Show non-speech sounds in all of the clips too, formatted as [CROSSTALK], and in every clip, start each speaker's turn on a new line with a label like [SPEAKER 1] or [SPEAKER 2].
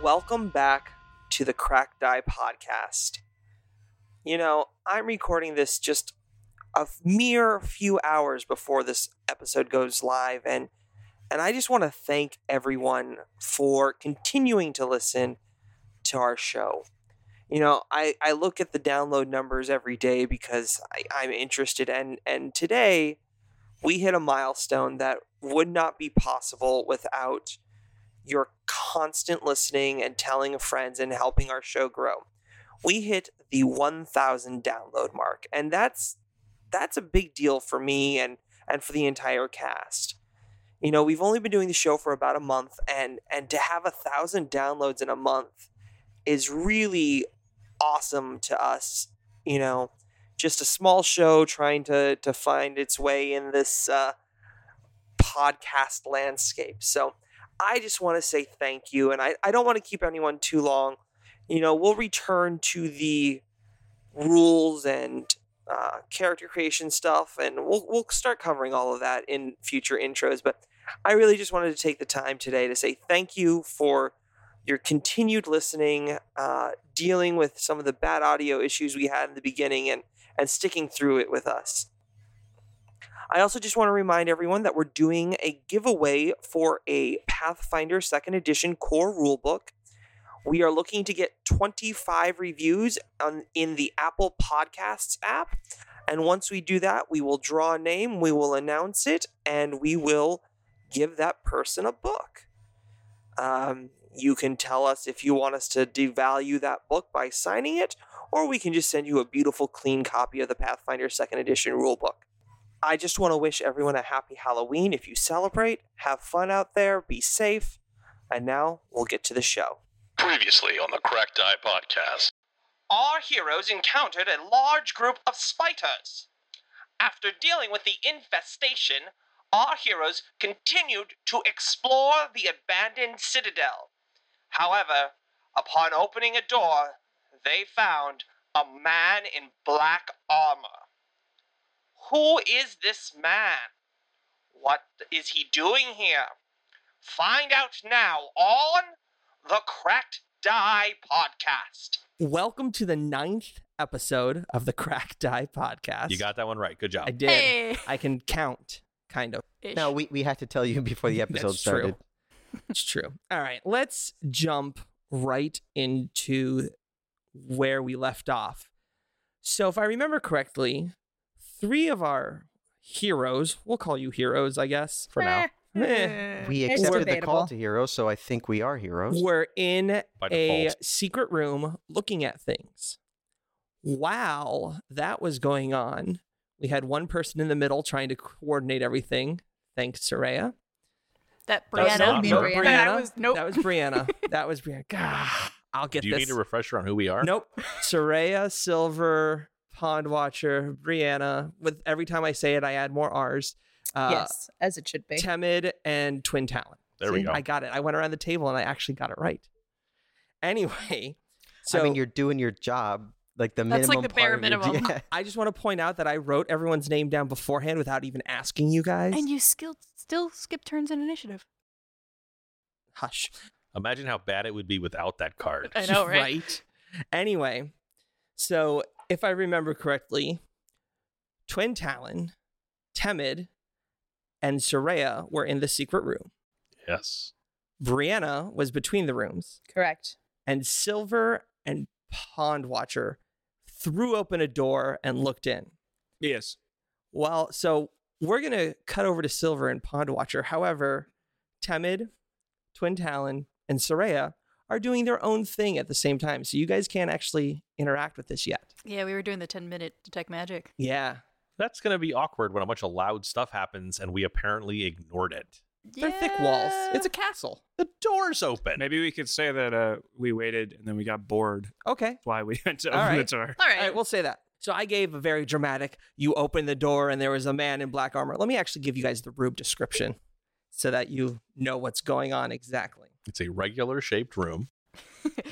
[SPEAKER 1] Welcome back to the Crack Die Podcast. You know, I'm recording this just a mere few hours before this episode goes live, and and I just want to thank everyone for continuing to listen to our show. You know, I, I look at the download numbers every day because I, I'm interested, and and today we hit a milestone that would not be possible without your constant listening and telling of friends and helping our show grow. We hit the 1000 download mark and that's that's a big deal for me and and for the entire cast. You know, we've only been doing the show for about a month and and to have a 1000 downloads in a month is really awesome to us, you know. Just a small show trying to to find its way in this uh podcast landscape. So, I just want to say thank you. And I, I don't want to keep anyone too long. You know, we'll return to the rules and uh, character creation stuff, and we'll, we'll start covering all of that in future intros. But I really just wanted to take the time today to say thank you for your continued listening, uh, dealing with some of the bad audio issues we had in the beginning, and, and sticking through it with us. I also just want to remind everyone that we're doing a giveaway for a Pathfinder Second Edition core rulebook. We are looking to get 25 reviews on, in the Apple Podcasts app. And once we do that, we will draw a name, we will announce it, and we will give that person a book. Um, you can tell us if you want us to devalue that book by signing it, or we can just send you a beautiful, clean copy of the Pathfinder Second Edition rulebook. I just want to wish everyone a happy Halloween if you celebrate. Have fun out there, be safe. And now we'll get to the show.
[SPEAKER 2] Previously on the Cracked Eye Podcast.
[SPEAKER 1] Our heroes encountered a large group of spiders. After dealing with the infestation, our heroes continued to explore the abandoned citadel. However, upon opening a door, they found a man in black armor. Who is this man? What is he doing here? Find out now on the Cracked Die Podcast. Welcome to the ninth episode of the Cracked Die Podcast.
[SPEAKER 3] You got that one right. Good job.
[SPEAKER 1] I did.
[SPEAKER 4] Hey.
[SPEAKER 1] I can count, kind of.
[SPEAKER 4] Ish.
[SPEAKER 5] No, we, we had to tell you before the
[SPEAKER 1] [LAUGHS]
[SPEAKER 5] episode
[SPEAKER 1] That's true.
[SPEAKER 5] started.
[SPEAKER 1] It's true. All right, let's jump right into where we left off. So, if I remember correctly, three of our heroes, we'll call you heroes, I guess,
[SPEAKER 4] [LAUGHS]
[SPEAKER 5] For now,
[SPEAKER 4] Hmm.
[SPEAKER 1] Eh.
[SPEAKER 5] we
[SPEAKER 4] It's
[SPEAKER 5] accepted the
[SPEAKER 4] debatable.
[SPEAKER 5] call to heroes, so I think we are
[SPEAKER 1] [LAUGHS]
[SPEAKER 5] heroes.
[SPEAKER 1] were in
[SPEAKER 3] By
[SPEAKER 1] a
[SPEAKER 3] default.
[SPEAKER 1] secret room looking at things. While that was going on, we had one person in the middle trying to coordinate everything. Thanks, Soraya.
[SPEAKER 4] That
[SPEAKER 3] That was
[SPEAKER 4] Brianna.
[SPEAKER 3] not me,
[SPEAKER 4] No,
[SPEAKER 3] Brianna.
[SPEAKER 4] That was nope.
[SPEAKER 1] That was Brianna. [LAUGHS] that was Brianna. Gah, I'll get
[SPEAKER 3] Do you
[SPEAKER 1] this.
[SPEAKER 3] need a refresher on who we are?
[SPEAKER 1] Nope. Soraya, Silver, Pond Watcher, Brianna. With every time I say it, I add more R's. Uh,
[SPEAKER 6] yes, as it should be.
[SPEAKER 1] Temid and Twin Talon.
[SPEAKER 3] There we
[SPEAKER 1] See,
[SPEAKER 3] go.
[SPEAKER 1] I got it. I went around the table and I actually got it right. Anyway, so
[SPEAKER 5] I mean, you're doing your job, like the
[SPEAKER 4] That's like
[SPEAKER 5] minimum.
[SPEAKER 4] the bare
[SPEAKER 5] part of your-
[SPEAKER 4] minimum.
[SPEAKER 5] yeah.
[SPEAKER 4] [LAUGHS]
[SPEAKER 1] I just want to point out that I wrote everyone's name down beforehand without even asking you guys.
[SPEAKER 4] And you still still skip turns in initiative.
[SPEAKER 1] Hush.
[SPEAKER 3] Imagine how bad it would be without
[SPEAKER 1] [LAUGHS]
[SPEAKER 3] that card.
[SPEAKER 4] I know, right?
[SPEAKER 1] Anyway, so if I remember correctly, Twin Talon, Temid, and Soraya were in the secret room.
[SPEAKER 3] Yes.
[SPEAKER 1] Brianna was between the rooms,
[SPEAKER 6] Correct.
[SPEAKER 1] and Silver and Pond Watcher threw open a door and looked in.
[SPEAKER 7] Yes.
[SPEAKER 1] Well, so we're going to cut over to Silver and Pond Watcher. However, Temid, Twin Talon, and Soraya are doing their own thing at the same time. So you guys can't actually interact with this yet.
[SPEAKER 4] Yeah, we were doing the 10 minute detect magic.
[SPEAKER 1] Yeah.
[SPEAKER 3] That's going to be awkward when a bunch of loud stuff happens and we apparently ignored it.
[SPEAKER 1] They're thick walls. It's a castle.
[SPEAKER 3] The door's open.
[SPEAKER 7] Maybe we could say that uh, we waited and then we got bored. That's
[SPEAKER 1] Okay.
[SPEAKER 7] why we [LAUGHS] went to
[SPEAKER 1] All
[SPEAKER 7] open
[SPEAKER 1] right.
[SPEAKER 7] the door.
[SPEAKER 4] All
[SPEAKER 1] All right, we'll say that. So I gave a very dramatic, you opened the door and there was a man in black armor. Let me actually give you guys the room description so that you know what's going on exactly.
[SPEAKER 3] It's a regular shaped room.
[SPEAKER 5] [LAUGHS]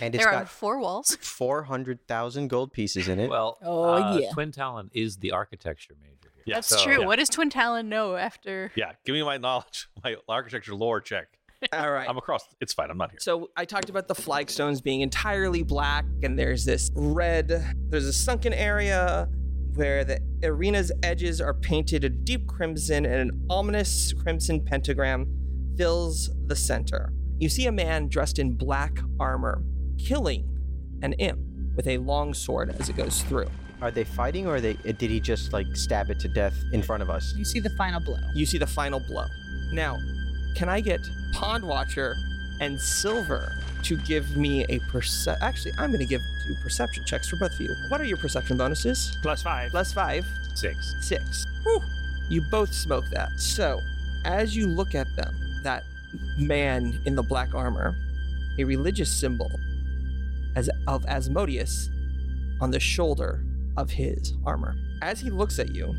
[SPEAKER 5] And it's
[SPEAKER 4] there are
[SPEAKER 5] got
[SPEAKER 4] four
[SPEAKER 5] [LAUGHS]
[SPEAKER 4] walls.
[SPEAKER 5] four hundred thousand gold pieces in [LAUGHS] it.
[SPEAKER 8] Well,
[SPEAKER 6] Oh,
[SPEAKER 8] uh,
[SPEAKER 6] yeah.
[SPEAKER 8] Twin Talon is the architecture major here.
[SPEAKER 3] Yeah,
[SPEAKER 4] That's
[SPEAKER 3] so-
[SPEAKER 4] true.
[SPEAKER 3] Yeah.
[SPEAKER 4] What does Twin Talon know after?
[SPEAKER 3] [LAUGHS] Yeah, give me my knowledge, my architecture lore check.
[SPEAKER 1] All right.
[SPEAKER 3] I'm across. It's fine. I'm not here.
[SPEAKER 1] So I talked about the flagstones being entirely black, and there's this red, there's a sunken area where the arena's edges are painted a deep crimson, and an ominous crimson pentagram fills the center. You see a man dressed in black armor killing an imp with a long sword as it goes through.
[SPEAKER 5] Are they fighting or are they uh, did he just like stab it to death in front of us?
[SPEAKER 6] You see the final blow.
[SPEAKER 1] You see the final blow. Now, can I get Pond Watcher and Silver to give me a perce? Actually, I'm going to give two perception checks for both of you. What are your perception bonuses?
[SPEAKER 7] Plus five.
[SPEAKER 1] Plus five,
[SPEAKER 3] Six.
[SPEAKER 1] six. Whew. You both smoke that. So, as you look at them, that man in the black armor, a religious symbol as of Asmodeus on the shoulder of his armor. As he looks at you,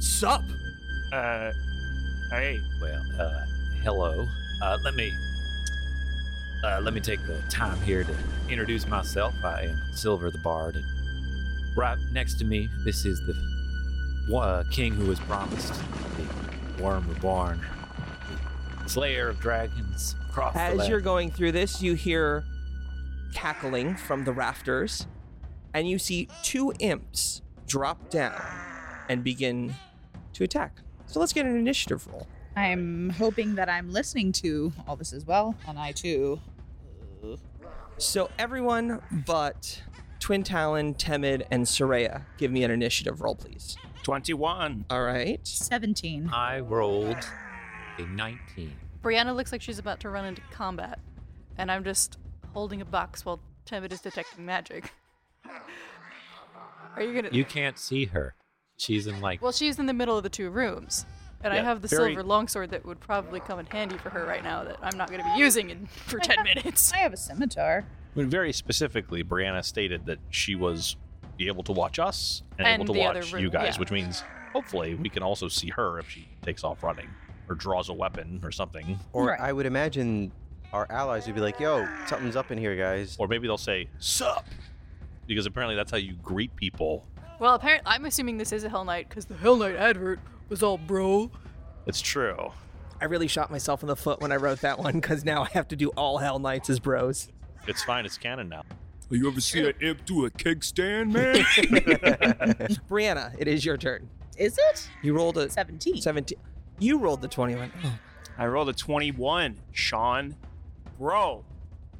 [SPEAKER 1] sup?
[SPEAKER 7] Uh, hey,
[SPEAKER 8] Well, uh, hello. Uh, let me uh, let me take the time here to introduce myself. I am Silver the Bard, and right next to me, this is the wa- uh, king who was promised, the Worm Reborn, the Slayer of Dragons. Across the
[SPEAKER 1] As
[SPEAKER 8] land.
[SPEAKER 1] you're going through this, you hear cackling from the rafters, and you see two imps drop down and begin to attack. So let's get an initiative roll.
[SPEAKER 6] I'm hoping that I'm listening to all this as well, and I too.
[SPEAKER 1] So everyone but Twin Talon, Temid, and Soraya, give me an initiative roll, please.
[SPEAKER 7] 21.
[SPEAKER 1] All right.
[SPEAKER 6] 17.
[SPEAKER 8] I rolled a 19.
[SPEAKER 4] Brianna looks like she's about to run into combat, and I'm just holding a box while Temid is detecting magic. Are you gonna?
[SPEAKER 8] You can't see her. She's in like
[SPEAKER 4] Well, she's in the middle of the two rooms, and I
[SPEAKER 8] Yeah,
[SPEAKER 4] have the
[SPEAKER 7] very-
[SPEAKER 4] silver longsword that would probably come in handy for her right now that I'm not going to be using in [LAUGHS] for ten minutes.
[SPEAKER 6] I have a scimitar.
[SPEAKER 3] I mean, very specifically, Brianna stated that she was able to watch us and,
[SPEAKER 4] And
[SPEAKER 3] able to
[SPEAKER 4] the other
[SPEAKER 3] watch
[SPEAKER 4] room,
[SPEAKER 3] you guys,
[SPEAKER 4] yeah.
[SPEAKER 3] which means hopefully we can also see her if she takes off running or draws a weapon or something.
[SPEAKER 5] Or
[SPEAKER 6] Right.
[SPEAKER 5] I would imagine our allies would be like, yo, something's up in here, guys.
[SPEAKER 3] Or maybe they'll say, Sup! Because apparently that's how you greet people.
[SPEAKER 4] Well, apparently, I'm assuming this is a Hell Knight because the Hell Knight advert was all bro.
[SPEAKER 3] It's true.
[SPEAKER 1] I really shot myself in the foot when I wrote that one because now I have to do all Hell Knights as bros.
[SPEAKER 3] It's fine. It's canon now.
[SPEAKER 7] You ever see an imp do a keg stand, man?
[SPEAKER 1] Brianna, it is your turn.
[SPEAKER 6] Is it?
[SPEAKER 1] You rolled a
[SPEAKER 6] 17.
[SPEAKER 1] 17. You rolled the 21.
[SPEAKER 7] [LAUGHS] I rolled a 21, Sean. Bro.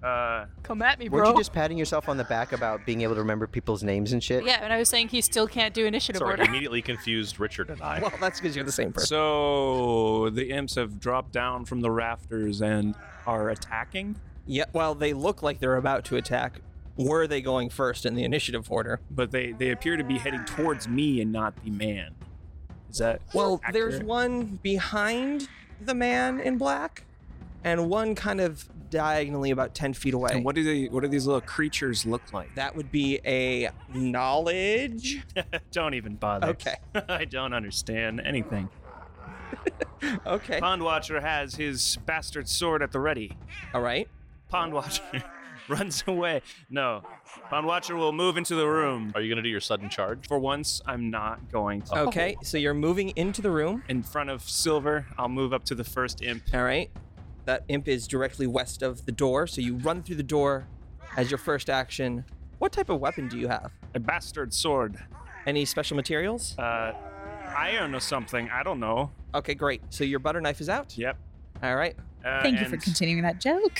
[SPEAKER 7] Uh,
[SPEAKER 4] Come at me,
[SPEAKER 5] Weren't
[SPEAKER 4] bro.
[SPEAKER 5] you just patting yourself on the back about being able to remember people's names and shit?
[SPEAKER 4] Yeah, and I was saying he still can't do initiative
[SPEAKER 3] Sorry,
[SPEAKER 4] order.
[SPEAKER 3] immediately confused Richard and I.
[SPEAKER 1] [LAUGHS] Well, that's because you're the same person.
[SPEAKER 7] so the imps have dropped down from the rafters and are attacking,
[SPEAKER 1] Yeah, well, they look like they're about to attack. Were they going first in the initiative order?
[SPEAKER 7] but they, they appear to be heading towards me and not the man. Is that
[SPEAKER 1] Well, there's
[SPEAKER 7] accurate?
[SPEAKER 1] one behind the man in black and one kind of diagonally about 10 feet away.
[SPEAKER 7] And what do they? What do these little creatures look like?
[SPEAKER 1] that would be a knowledge.
[SPEAKER 7] [LAUGHS] Don't even bother.
[SPEAKER 1] Okay.
[SPEAKER 7] [LAUGHS] I don't understand anything.
[SPEAKER 1] Okay.
[SPEAKER 7] Pond Watcher has his bastard sword at the ready.
[SPEAKER 1] All right.
[SPEAKER 7] Pond Watcher [LAUGHS] runs away. No. Pond Watcher will move into the room.
[SPEAKER 3] Are you going to do your sudden charge?
[SPEAKER 7] For once, I'm not going to.
[SPEAKER 1] Okay. So you're moving into the room.
[SPEAKER 7] In front of Silver, I'll move up to the first imp.
[SPEAKER 1] All right. That imp is directly west of the door, so you run through the door as your first action. What type of weapon do you have?
[SPEAKER 7] A bastard sword.
[SPEAKER 1] Any special materials?
[SPEAKER 7] Uh, iron or something. I don't know.
[SPEAKER 1] Okay, great. So your butter knife is out?
[SPEAKER 7] Yep.
[SPEAKER 1] All right.
[SPEAKER 7] Uh,
[SPEAKER 6] Thank you for
[SPEAKER 7] and
[SPEAKER 6] continuing that joke.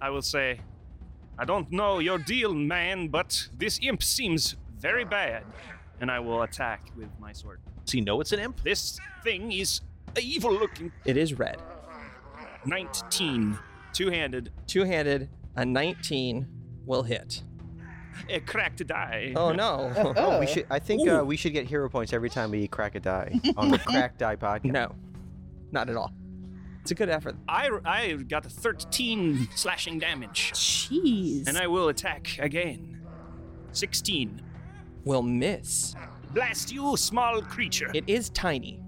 [SPEAKER 7] I will say, I don't know your deal, man, but this imp seems very bad. And I will attack with my sword.
[SPEAKER 3] Does he know it's an imp?
[SPEAKER 7] This thing is a evil looking
[SPEAKER 1] It is red.
[SPEAKER 7] 19. Two handed.
[SPEAKER 1] Two handed, a 19 will hit.
[SPEAKER 7] A cracked die.
[SPEAKER 1] Oh, no.
[SPEAKER 5] [LAUGHS] Oh, we should. I think
[SPEAKER 1] Ooh.
[SPEAKER 5] uh, we should get hero points every time we crack a die
[SPEAKER 1] [LAUGHS]
[SPEAKER 5] on the crack die podcast.
[SPEAKER 1] no, not at all. It's a good effort.
[SPEAKER 7] I, I got 13 slashing damage.
[SPEAKER 6] Jeez.
[SPEAKER 7] And I will attack again. 16.
[SPEAKER 1] Will miss.
[SPEAKER 7] Blast you, small creature.
[SPEAKER 1] It is tiny,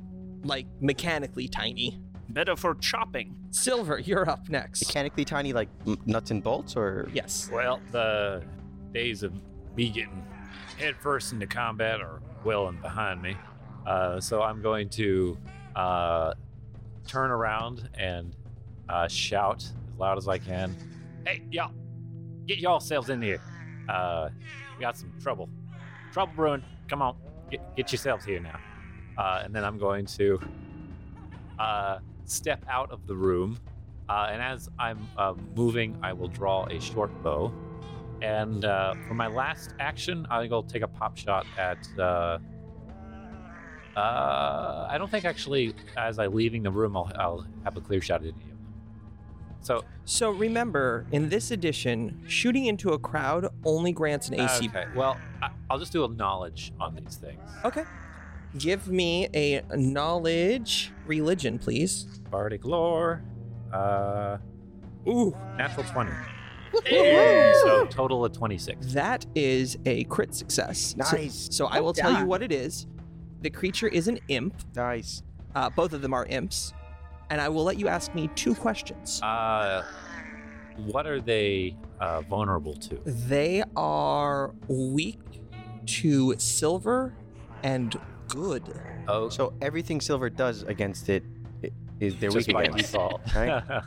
[SPEAKER 1] like mechanically tiny.
[SPEAKER 7] Better for chopping.
[SPEAKER 1] Silver, you're up next.
[SPEAKER 5] Mechanically tiny, like m- nuts and bolts, or
[SPEAKER 1] Yes.
[SPEAKER 8] Well, the days of me getting headfirst into combat are well and behind me. Uh, so I'm going to uh, turn around and uh, shout as loud as I can. Hey, y'all, get y'all selves in here. Uh, we got some trouble. Trouble brewing. Come on, get, get yourselves here now. Uh, and then I'm going to uh, step out of the room. Uh, and as I'm uh, moving, I will draw a short bow. And uh, for my last action, I think I'll take a pop shot at. Uh, uh, I don't think actually, as I leaving the room, I'll, I'll have a clear shot at any of them. So
[SPEAKER 1] So remember, in this edition, shooting into a crowd only grants an AC.
[SPEAKER 8] uh, Okay. Well, I, I'll just do a knowledge on these things.
[SPEAKER 1] Okay. Give me a knowledge religion, please.
[SPEAKER 8] Bardic lore. Uh,
[SPEAKER 1] Ooh,
[SPEAKER 8] natural twenty.
[SPEAKER 1] Hey.
[SPEAKER 8] So total of twenty-six.
[SPEAKER 1] that is a crit success. So-
[SPEAKER 5] Nice.
[SPEAKER 1] So, I
[SPEAKER 6] Well
[SPEAKER 1] will tell you
[SPEAKER 6] done.
[SPEAKER 1] what it is. The creature is an imp.
[SPEAKER 5] Nice.
[SPEAKER 1] Uh, both of them are imps. And I will let you ask me two questions.
[SPEAKER 8] Uh, what are they uh, vulnerable to?
[SPEAKER 1] They are weak to silver and good.
[SPEAKER 8] Oh,
[SPEAKER 5] So everything silver does against it i- is they're
[SPEAKER 8] just
[SPEAKER 5] weak
[SPEAKER 8] by
[SPEAKER 5] against.
[SPEAKER 8] default.
[SPEAKER 5] [LAUGHS]
[SPEAKER 8] [LAUGHS]
[SPEAKER 5] right?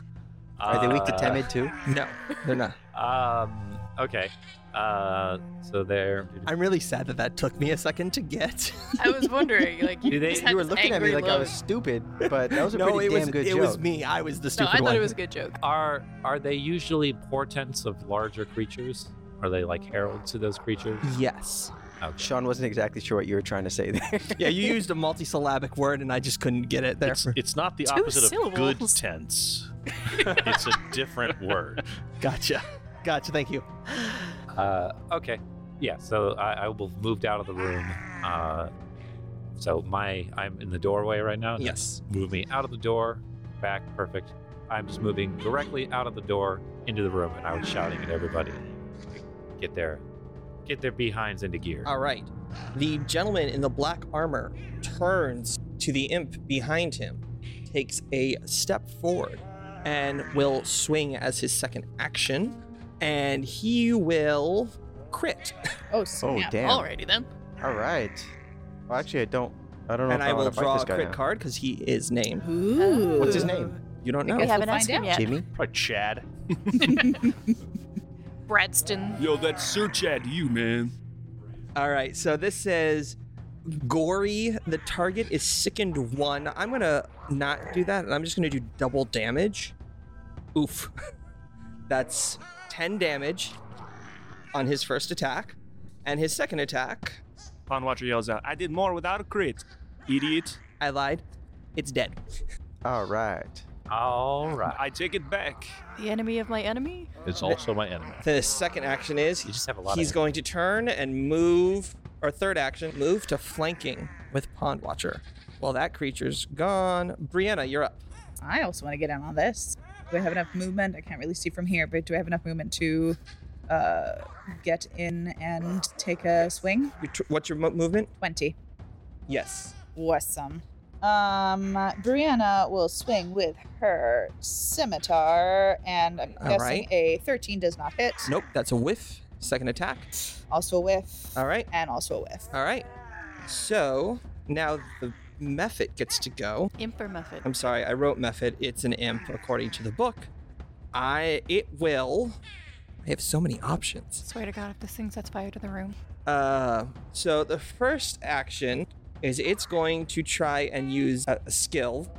[SPEAKER 5] Are they weak
[SPEAKER 1] Ah.
[SPEAKER 5] to
[SPEAKER 8] Uh,
[SPEAKER 5] temid too?
[SPEAKER 1] No, they're not.
[SPEAKER 8] Um. Okay. Uh. So they're.
[SPEAKER 1] [LAUGHS] I'm really sad that that took me a second to get.
[SPEAKER 4] [LAUGHS] I was wondering, like, you,
[SPEAKER 8] Do they-
[SPEAKER 4] just had
[SPEAKER 5] You were
[SPEAKER 4] this
[SPEAKER 5] looking at me
[SPEAKER 4] angry
[SPEAKER 5] like I
[SPEAKER 4] look.
[SPEAKER 5] was stupid, but that was
[SPEAKER 1] [LAUGHS] [LAUGHS]
[SPEAKER 5] a
[SPEAKER 1] no,
[SPEAKER 5] pretty
[SPEAKER 1] it
[SPEAKER 5] damn
[SPEAKER 1] was
[SPEAKER 5] good
[SPEAKER 1] it
[SPEAKER 5] joke.
[SPEAKER 1] was me. I was the
[SPEAKER 4] No,
[SPEAKER 1] stupid
[SPEAKER 4] I thought
[SPEAKER 1] one.
[SPEAKER 4] it was a good joke.
[SPEAKER 8] Are are they usually portents of larger creatures? Are they like heralds to those creatures?
[SPEAKER 1] Yes.
[SPEAKER 8] Okay.
[SPEAKER 5] Sean wasn't exactly sure what you were trying to say [LAUGHS] there.
[SPEAKER 1] [LAUGHS] Yeah, you used a multisyllabic word and I just couldn't get it there.
[SPEAKER 3] It's, it's not the
[SPEAKER 4] Two
[SPEAKER 3] opposite of good
[SPEAKER 4] syllables. [LAUGHS]
[SPEAKER 3] tense. it's a different word.
[SPEAKER 1] Gotcha. Gotcha. Thank you.
[SPEAKER 8] Uh, okay. Yeah. So I, I will moved out of the room. Uh, so my I'm in the doorway right now.
[SPEAKER 1] Yes.
[SPEAKER 8] Move me out of the door. Back. Perfect. I'm just moving directly out of the door into the room, and I was shouting at everybody, "Get their, get their behinds into gear."
[SPEAKER 1] All right. The gentleman in the black armor turns to the imp behind him, takes a step forward, and will swing as his second action. And he will crit.
[SPEAKER 6] Oh, snap.
[SPEAKER 5] Oh damn.
[SPEAKER 4] Alrighty then.
[SPEAKER 5] All right. Well, actually, I don't. I don't know
[SPEAKER 1] And
[SPEAKER 5] if
[SPEAKER 1] I
[SPEAKER 5] want
[SPEAKER 1] will
[SPEAKER 5] to fight
[SPEAKER 1] draw
[SPEAKER 5] this
[SPEAKER 1] a
[SPEAKER 5] guy
[SPEAKER 1] crit
[SPEAKER 5] now.
[SPEAKER 1] card because he is named.
[SPEAKER 6] Ooh.
[SPEAKER 5] What's his name?
[SPEAKER 1] You don't know.
[SPEAKER 4] We
[SPEAKER 6] guess
[SPEAKER 4] haven't
[SPEAKER 6] we'll
[SPEAKER 4] asked him
[SPEAKER 6] find out.
[SPEAKER 4] yet.
[SPEAKER 5] Jimmy.
[SPEAKER 3] Probably Chad.
[SPEAKER 4] Bradston.
[SPEAKER 7] Yo, that's Sir Chad, you man.
[SPEAKER 1] All right, so this says gory. The target is sickened one. I'm gonna not do that, and I'm just gonna do double damage. Oof. [LAUGHS] That's 10 damage on his first attack. And his second attack,
[SPEAKER 7] Pond Watcher yells out, I did more without a crit, idiot.
[SPEAKER 1] I lied. It's dead.
[SPEAKER 5] All right.
[SPEAKER 8] All right.
[SPEAKER 7] I take it
[SPEAKER 1] [LAUGHS]
[SPEAKER 7] back.
[SPEAKER 4] The enemy of my enemy?
[SPEAKER 3] It's also my enemy.
[SPEAKER 1] The second action is
[SPEAKER 8] You just have a lot.
[SPEAKER 1] he's
[SPEAKER 8] of
[SPEAKER 1] going to turn and move, or third action, move to flanking with Pond Watcher. Well, that creature's gone. Brianna, you're up.
[SPEAKER 6] I also want to get in on this. Do I have enough movement? I can't really see from here, but do I have enough movement to uh, get in and take a swing?
[SPEAKER 1] Your tr- What's your mo- movement?
[SPEAKER 6] 20.
[SPEAKER 1] Yes.
[SPEAKER 6] Awesome. Um, Brianna will swing with her scimitar, and I'm
[SPEAKER 1] All
[SPEAKER 6] guessing
[SPEAKER 1] right.
[SPEAKER 6] a 13 does not hit.
[SPEAKER 1] Nope, that's a whiff. Second attack.
[SPEAKER 6] Also a whiff.
[SPEAKER 1] All right.
[SPEAKER 6] And also a whiff.
[SPEAKER 1] All right. So now the Mephit gets to go.
[SPEAKER 4] Imp or Muffet?
[SPEAKER 1] I'm sorry, I wrote Mephit. It's an imp according to the book. I it will. I have so many options.
[SPEAKER 4] Swear to God, if this thing sets fire to the room.
[SPEAKER 1] Uh, so the first action is it's going to try and use a, a skill.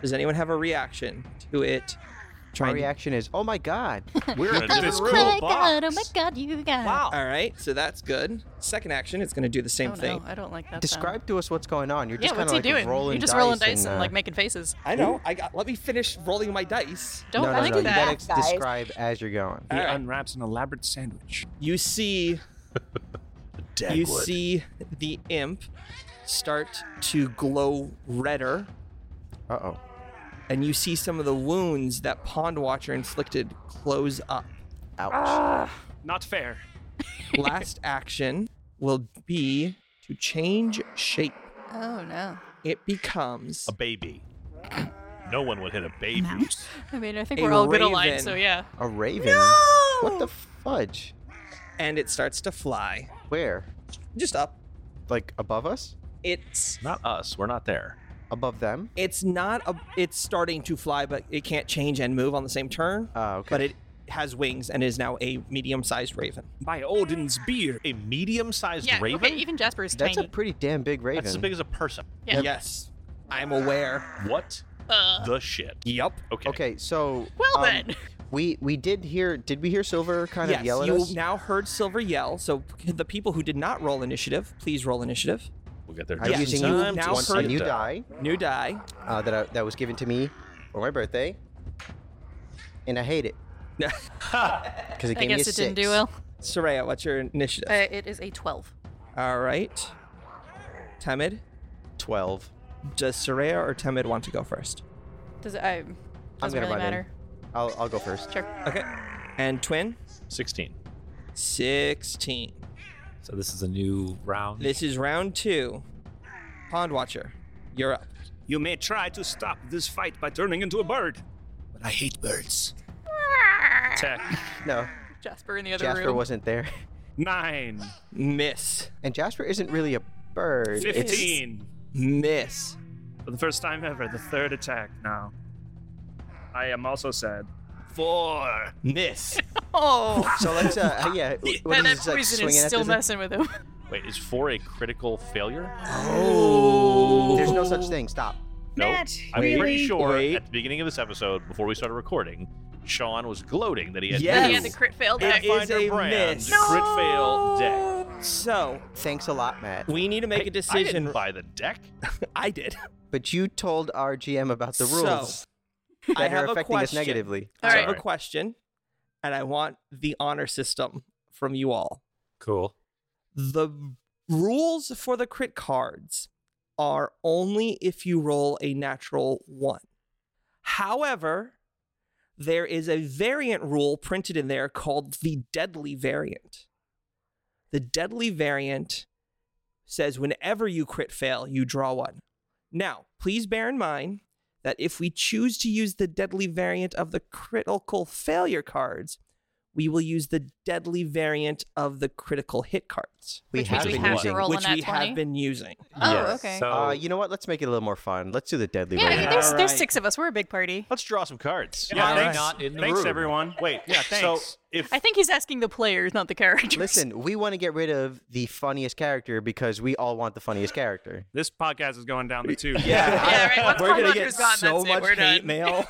[SPEAKER 1] Does anyone have a reaction to it?
[SPEAKER 5] My
[SPEAKER 1] Trying. to-
[SPEAKER 5] reaction is, oh my god.
[SPEAKER 3] We're in a different
[SPEAKER 7] This
[SPEAKER 3] room.
[SPEAKER 7] cool box.
[SPEAKER 4] Oh, god, you guys.
[SPEAKER 1] All right, so that's good. Second action, it's going to do the same
[SPEAKER 4] oh,
[SPEAKER 1] thing.
[SPEAKER 4] No, I don't like that.
[SPEAKER 5] Describe to us what's going on. You're
[SPEAKER 4] Sound.
[SPEAKER 5] just
[SPEAKER 4] Yeah,
[SPEAKER 5] kind
[SPEAKER 4] what's
[SPEAKER 5] of
[SPEAKER 4] he
[SPEAKER 5] like
[SPEAKER 4] doing?
[SPEAKER 5] rolling
[SPEAKER 4] You're just rolling dice and,
[SPEAKER 5] uh,
[SPEAKER 4] like making faces.
[SPEAKER 1] I know. I got. Let me finish rolling my dice.
[SPEAKER 4] Don't
[SPEAKER 5] no, no,
[SPEAKER 4] like
[SPEAKER 5] no,
[SPEAKER 4] that.
[SPEAKER 5] You gotta
[SPEAKER 6] guys.
[SPEAKER 5] describe as you're going.
[SPEAKER 7] He
[SPEAKER 1] All right.
[SPEAKER 7] unwraps an elaborate sandwich.
[SPEAKER 1] You see
[SPEAKER 5] [LAUGHS]
[SPEAKER 1] you see the imp start to glow redder,
[SPEAKER 5] Uh oh.
[SPEAKER 1] and you see some of the wounds that Pond Watcher inflicted close
[SPEAKER 5] [LAUGHS]
[SPEAKER 1] up.
[SPEAKER 5] Ouch.
[SPEAKER 4] Ah.
[SPEAKER 7] Not fair.
[SPEAKER 1] Last action will be to change shape.
[SPEAKER 4] Oh no.
[SPEAKER 1] It becomes
[SPEAKER 3] A baby. No one would hit a baby.
[SPEAKER 4] I mean, I think
[SPEAKER 1] A
[SPEAKER 4] we're all good aligned,
[SPEAKER 1] raven.
[SPEAKER 4] so yeah.
[SPEAKER 5] A raven? What the fudge?
[SPEAKER 1] and it starts to fly.
[SPEAKER 5] Where?
[SPEAKER 1] Just up.
[SPEAKER 5] Like above us?
[SPEAKER 1] It's
[SPEAKER 3] Not us. We're not there.
[SPEAKER 5] above them?
[SPEAKER 1] It's not a. It's starting to fly, but it can't change and move on the same turn.
[SPEAKER 5] Ah, okay.
[SPEAKER 1] But it has wings and is now a medium-sized raven.
[SPEAKER 7] By Odin's beard.
[SPEAKER 3] A medium-sized
[SPEAKER 4] Yeah,
[SPEAKER 3] raven.
[SPEAKER 4] okay, even Jasper is
[SPEAKER 5] that's
[SPEAKER 4] tiny.
[SPEAKER 5] a pretty damn big raven.
[SPEAKER 3] That's as big as a person.
[SPEAKER 4] Yep.
[SPEAKER 1] Yes, I'm aware.
[SPEAKER 3] What the shit?
[SPEAKER 1] Yep.
[SPEAKER 3] Okay.
[SPEAKER 5] okay, so
[SPEAKER 4] Well
[SPEAKER 5] um,
[SPEAKER 4] then.
[SPEAKER 5] we we did hear. Did we hear Silver kind
[SPEAKER 1] Yes,
[SPEAKER 5] of yell at
[SPEAKER 1] you
[SPEAKER 5] us?
[SPEAKER 1] now heard Silver yell. So the people who did not roll initiative, please roll initiative.
[SPEAKER 3] We'll get there.
[SPEAKER 5] I'm
[SPEAKER 3] Just in
[SPEAKER 5] using
[SPEAKER 3] time
[SPEAKER 1] you
[SPEAKER 3] to
[SPEAKER 1] now
[SPEAKER 3] see
[SPEAKER 5] a
[SPEAKER 1] heard-
[SPEAKER 3] it
[SPEAKER 5] new
[SPEAKER 3] die.
[SPEAKER 5] die
[SPEAKER 1] New die. [LAUGHS]
[SPEAKER 5] uh, that I, that was given to me for my birthday, and I hate it because it
[SPEAKER 4] I
[SPEAKER 5] gave me a
[SPEAKER 4] guess it
[SPEAKER 5] six.
[SPEAKER 4] didn't do well.
[SPEAKER 1] Soraya, what's your initiative?
[SPEAKER 4] Uh, it is a 12.
[SPEAKER 1] All right. Temid,
[SPEAKER 5] Twelve.
[SPEAKER 1] does Soraya or Temid want to go first?
[SPEAKER 4] Does it, I, doesn't
[SPEAKER 5] gonna
[SPEAKER 4] really
[SPEAKER 5] run in.
[SPEAKER 4] matter.
[SPEAKER 5] I'll I'll go first.
[SPEAKER 4] Sure.
[SPEAKER 1] Okay. And Twin,
[SPEAKER 3] Sixteen.
[SPEAKER 1] 16.
[SPEAKER 8] So this is a new round.
[SPEAKER 1] This is round two. Pond Watcher, you're up.
[SPEAKER 7] You may try to stop this fight by turning into a bird, but I hate birds. Attack
[SPEAKER 5] No,
[SPEAKER 4] Jasper in the other
[SPEAKER 5] Jasper
[SPEAKER 4] room.
[SPEAKER 5] wasn't there,
[SPEAKER 7] nine,
[SPEAKER 1] Miss.
[SPEAKER 5] and Jasper isn't really a bird. It's-
[SPEAKER 7] fifteen.
[SPEAKER 1] Miss.
[SPEAKER 7] For the first time ever, the third attack now. I am also sad. Four.
[SPEAKER 1] Miss.
[SPEAKER 4] oh,
[SPEAKER 5] So let's uh uh,
[SPEAKER 4] [LAUGHS]
[SPEAKER 5] yeah. What
[SPEAKER 4] and that
[SPEAKER 5] is this, like
[SPEAKER 4] poison
[SPEAKER 5] swinging
[SPEAKER 4] is
[SPEAKER 5] at
[SPEAKER 4] still
[SPEAKER 5] this?
[SPEAKER 4] messing with him.
[SPEAKER 3] Wait, is four a critical failure?
[SPEAKER 5] There's no such thing. Stop.
[SPEAKER 6] Matt,
[SPEAKER 3] no. I'm pretty
[SPEAKER 6] really?
[SPEAKER 3] sure
[SPEAKER 1] Wait.
[SPEAKER 3] at the beginning of this episode, before we started recording, Sean was gloating that he had
[SPEAKER 1] Yes.
[SPEAKER 4] He had the crit failed.
[SPEAKER 1] It
[SPEAKER 4] act.
[SPEAKER 1] is a
[SPEAKER 3] Pathfinder brand
[SPEAKER 1] miss.
[SPEAKER 3] crit fail deck.
[SPEAKER 1] So
[SPEAKER 5] Thanks a lot, Matt.
[SPEAKER 1] we need to make a
[SPEAKER 3] I
[SPEAKER 1] decision.
[SPEAKER 3] didn't buy the deck.
[SPEAKER 1] [LAUGHS] I did.
[SPEAKER 5] But you told our GM about the
[SPEAKER 1] So,
[SPEAKER 5] rules that
[SPEAKER 1] I
[SPEAKER 5] are
[SPEAKER 1] have a
[SPEAKER 5] affecting us
[SPEAKER 1] question.
[SPEAKER 5] negatively.
[SPEAKER 4] All
[SPEAKER 1] I
[SPEAKER 4] right.
[SPEAKER 1] have a question, and I want the honor system from you all.
[SPEAKER 8] cool.
[SPEAKER 1] The rules for the crit cards are only if you roll a natural one. However, there is a variant rule printed in there called the deadly variant. The deadly variant says whenever you crit fail, you draw one. Now, please bear in mind that if we choose to use the deadly variant of the critical failure cards, we will use the deadly variant of the critical hit cards,
[SPEAKER 5] We
[SPEAKER 4] Which
[SPEAKER 5] have
[SPEAKER 4] means
[SPEAKER 5] been
[SPEAKER 4] we have
[SPEAKER 5] using.
[SPEAKER 4] to roll
[SPEAKER 1] which
[SPEAKER 4] on
[SPEAKER 1] we
[SPEAKER 4] that 20.
[SPEAKER 1] have been using.
[SPEAKER 4] Oh,
[SPEAKER 8] Yes.
[SPEAKER 4] okay.
[SPEAKER 8] So
[SPEAKER 5] Uh, you know what? Let's make it a little more fun. Let's do the deadly
[SPEAKER 4] yeah,
[SPEAKER 5] variant.
[SPEAKER 4] there's, there's
[SPEAKER 1] Alright.
[SPEAKER 4] six of us. We're a big party.
[SPEAKER 3] Let's draw some cards.
[SPEAKER 7] Yeah,
[SPEAKER 8] Why
[SPEAKER 7] thanks.
[SPEAKER 8] not in the
[SPEAKER 7] thanks,
[SPEAKER 8] room?
[SPEAKER 7] everyone.
[SPEAKER 3] Wait,
[SPEAKER 7] yeah,
[SPEAKER 3] So
[SPEAKER 7] thanks.
[SPEAKER 3] if
[SPEAKER 4] I think he's asking the players, not the characters.
[SPEAKER 5] Listen, we want to get rid of the funniest character because we all want the funniest character.
[SPEAKER 7] This podcast is going down the tube.
[SPEAKER 4] [LAUGHS] Yeah, right. Once
[SPEAKER 1] We're gonna
[SPEAKER 4] Pond
[SPEAKER 1] get
[SPEAKER 4] Watcher's gone,
[SPEAKER 1] so
[SPEAKER 4] that's it.
[SPEAKER 1] much
[SPEAKER 4] We're
[SPEAKER 1] hate
[SPEAKER 4] done. [LAUGHS]
[SPEAKER 1] mail.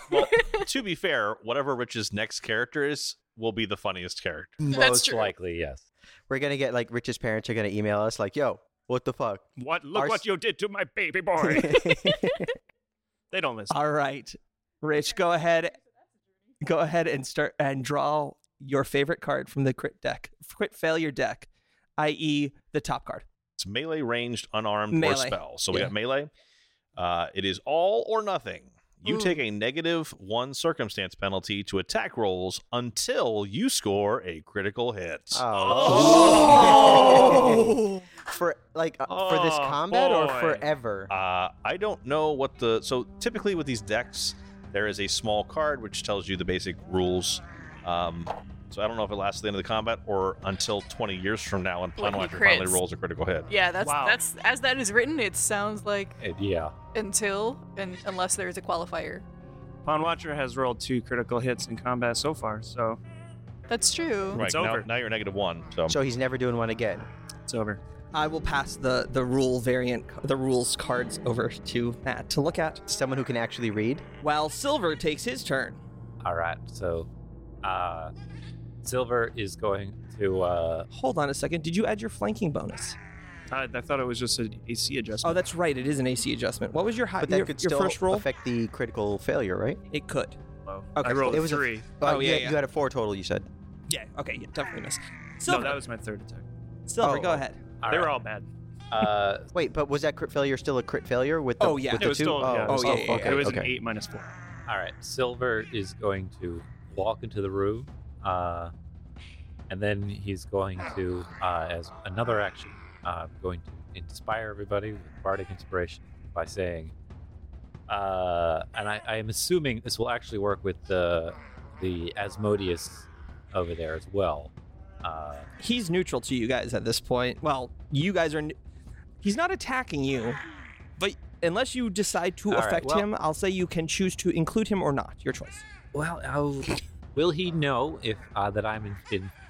[SPEAKER 3] to be fair, whatever Rich's next character is will be the funniest character.
[SPEAKER 4] That's
[SPEAKER 8] most
[SPEAKER 4] true.
[SPEAKER 8] likely, yes.
[SPEAKER 5] We're gonna get like Rich's parents are gonna email us like, "Yo, what the fuck?"
[SPEAKER 7] What? Look
[SPEAKER 5] Our
[SPEAKER 7] what
[SPEAKER 5] s-
[SPEAKER 7] you did to my baby boy. they don't listen.
[SPEAKER 1] All right, Rich, go ahead, go ahead and start and draw your favorite card from the crit deck, crit failure deck, i.e., the top card.
[SPEAKER 3] It's melee, ranged, unarmed, or
[SPEAKER 1] Melee.
[SPEAKER 3] spell. So we
[SPEAKER 1] Yeah.
[SPEAKER 3] got melee. Uh, it is all or nothing. You
[SPEAKER 4] Ooh.
[SPEAKER 3] take a negative one circumstance penalty to attack rolls until you score a critical hit.
[SPEAKER 7] [LAUGHS]
[SPEAKER 5] Oh. [LAUGHS] for like uh, for this
[SPEAKER 7] Oh,
[SPEAKER 5] combat or
[SPEAKER 7] boy.
[SPEAKER 5] forever?
[SPEAKER 3] Uh, I don't know what the so typically with these decks, there is a small card which tells you the basic rules. Um, so I don't know if it lasts to the end of the combat or until 20 years from now when
[SPEAKER 4] When
[SPEAKER 3] Pond
[SPEAKER 4] he
[SPEAKER 3] Watcher finally
[SPEAKER 4] crits.
[SPEAKER 3] rolls a critical hit.
[SPEAKER 4] Yeah, that's
[SPEAKER 7] Wow.
[SPEAKER 4] that's as that is written. It sounds like
[SPEAKER 8] Uh, yeah.
[SPEAKER 4] until and unless there is a qualifier.
[SPEAKER 7] Pond Watcher has rolled two critical hits in combat so far, so
[SPEAKER 4] That's true.
[SPEAKER 3] Right
[SPEAKER 7] It's
[SPEAKER 3] now,
[SPEAKER 7] over.
[SPEAKER 3] now you're negative one. So,
[SPEAKER 5] So he's never doing one again.
[SPEAKER 7] it's over.
[SPEAKER 1] I will pass the the rule variant, the rules cards over to Matt to look at.
[SPEAKER 5] Someone who can actually read.
[SPEAKER 1] While Silver takes his turn.
[SPEAKER 8] All right. So, uh, Silver is going to. Uh,
[SPEAKER 1] Hold on a second. Did you add your flanking bonus?
[SPEAKER 7] I, I thought it was just an AC
[SPEAKER 1] Oh,
[SPEAKER 7] adjustment.
[SPEAKER 1] that's right. It is an AC adjustment. What was your high?
[SPEAKER 5] But that
[SPEAKER 1] Uh, your,
[SPEAKER 5] could
[SPEAKER 1] your
[SPEAKER 5] still
[SPEAKER 1] first roll.
[SPEAKER 5] affect the critical failure, right?
[SPEAKER 1] It could.
[SPEAKER 7] Oh,
[SPEAKER 1] okay.
[SPEAKER 7] I rolled
[SPEAKER 5] It was a-
[SPEAKER 7] three.
[SPEAKER 5] Uh,
[SPEAKER 1] Oh,
[SPEAKER 5] you
[SPEAKER 1] yeah,
[SPEAKER 5] had-
[SPEAKER 1] yeah.
[SPEAKER 5] You had a four total. You said.
[SPEAKER 1] Yeah. Okay. Yeah. Definitely miss.
[SPEAKER 7] no,
[SPEAKER 1] Silver.
[SPEAKER 7] that was my third attack.
[SPEAKER 1] Silver.
[SPEAKER 5] Oh.
[SPEAKER 1] Go ahead.
[SPEAKER 8] all
[SPEAKER 7] They're
[SPEAKER 8] right.
[SPEAKER 7] all bad.
[SPEAKER 8] Uh,
[SPEAKER 5] Wait, but was that crit failure still a crit failure with the
[SPEAKER 1] Oh, yeah.
[SPEAKER 5] with
[SPEAKER 7] It
[SPEAKER 5] the
[SPEAKER 7] was
[SPEAKER 5] two?
[SPEAKER 7] still-
[SPEAKER 5] oh,
[SPEAKER 7] yeah, it was
[SPEAKER 5] oh,
[SPEAKER 1] still- yeah, yeah,
[SPEAKER 5] okay,
[SPEAKER 7] it was an
[SPEAKER 5] okay.
[SPEAKER 7] eight minus four.
[SPEAKER 8] all right. Silver is going to walk into the room, uh, and then he's going to, uh, as another action, uh, going to inspire everybody with bardic inspiration by saying, uh, and I, I am assuming this will actually work with the the Asmodeus over there as well. Uh,
[SPEAKER 1] He's neutral to you guys at this point. Well, you guys are. n- He's not attacking you, but unless you decide to
[SPEAKER 8] All right,
[SPEAKER 1] affect
[SPEAKER 8] well-
[SPEAKER 1] him, I'll say you can choose to include him or not. Your choice.
[SPEAKER 8] Well, I'll, will he know if uh, that I'm in-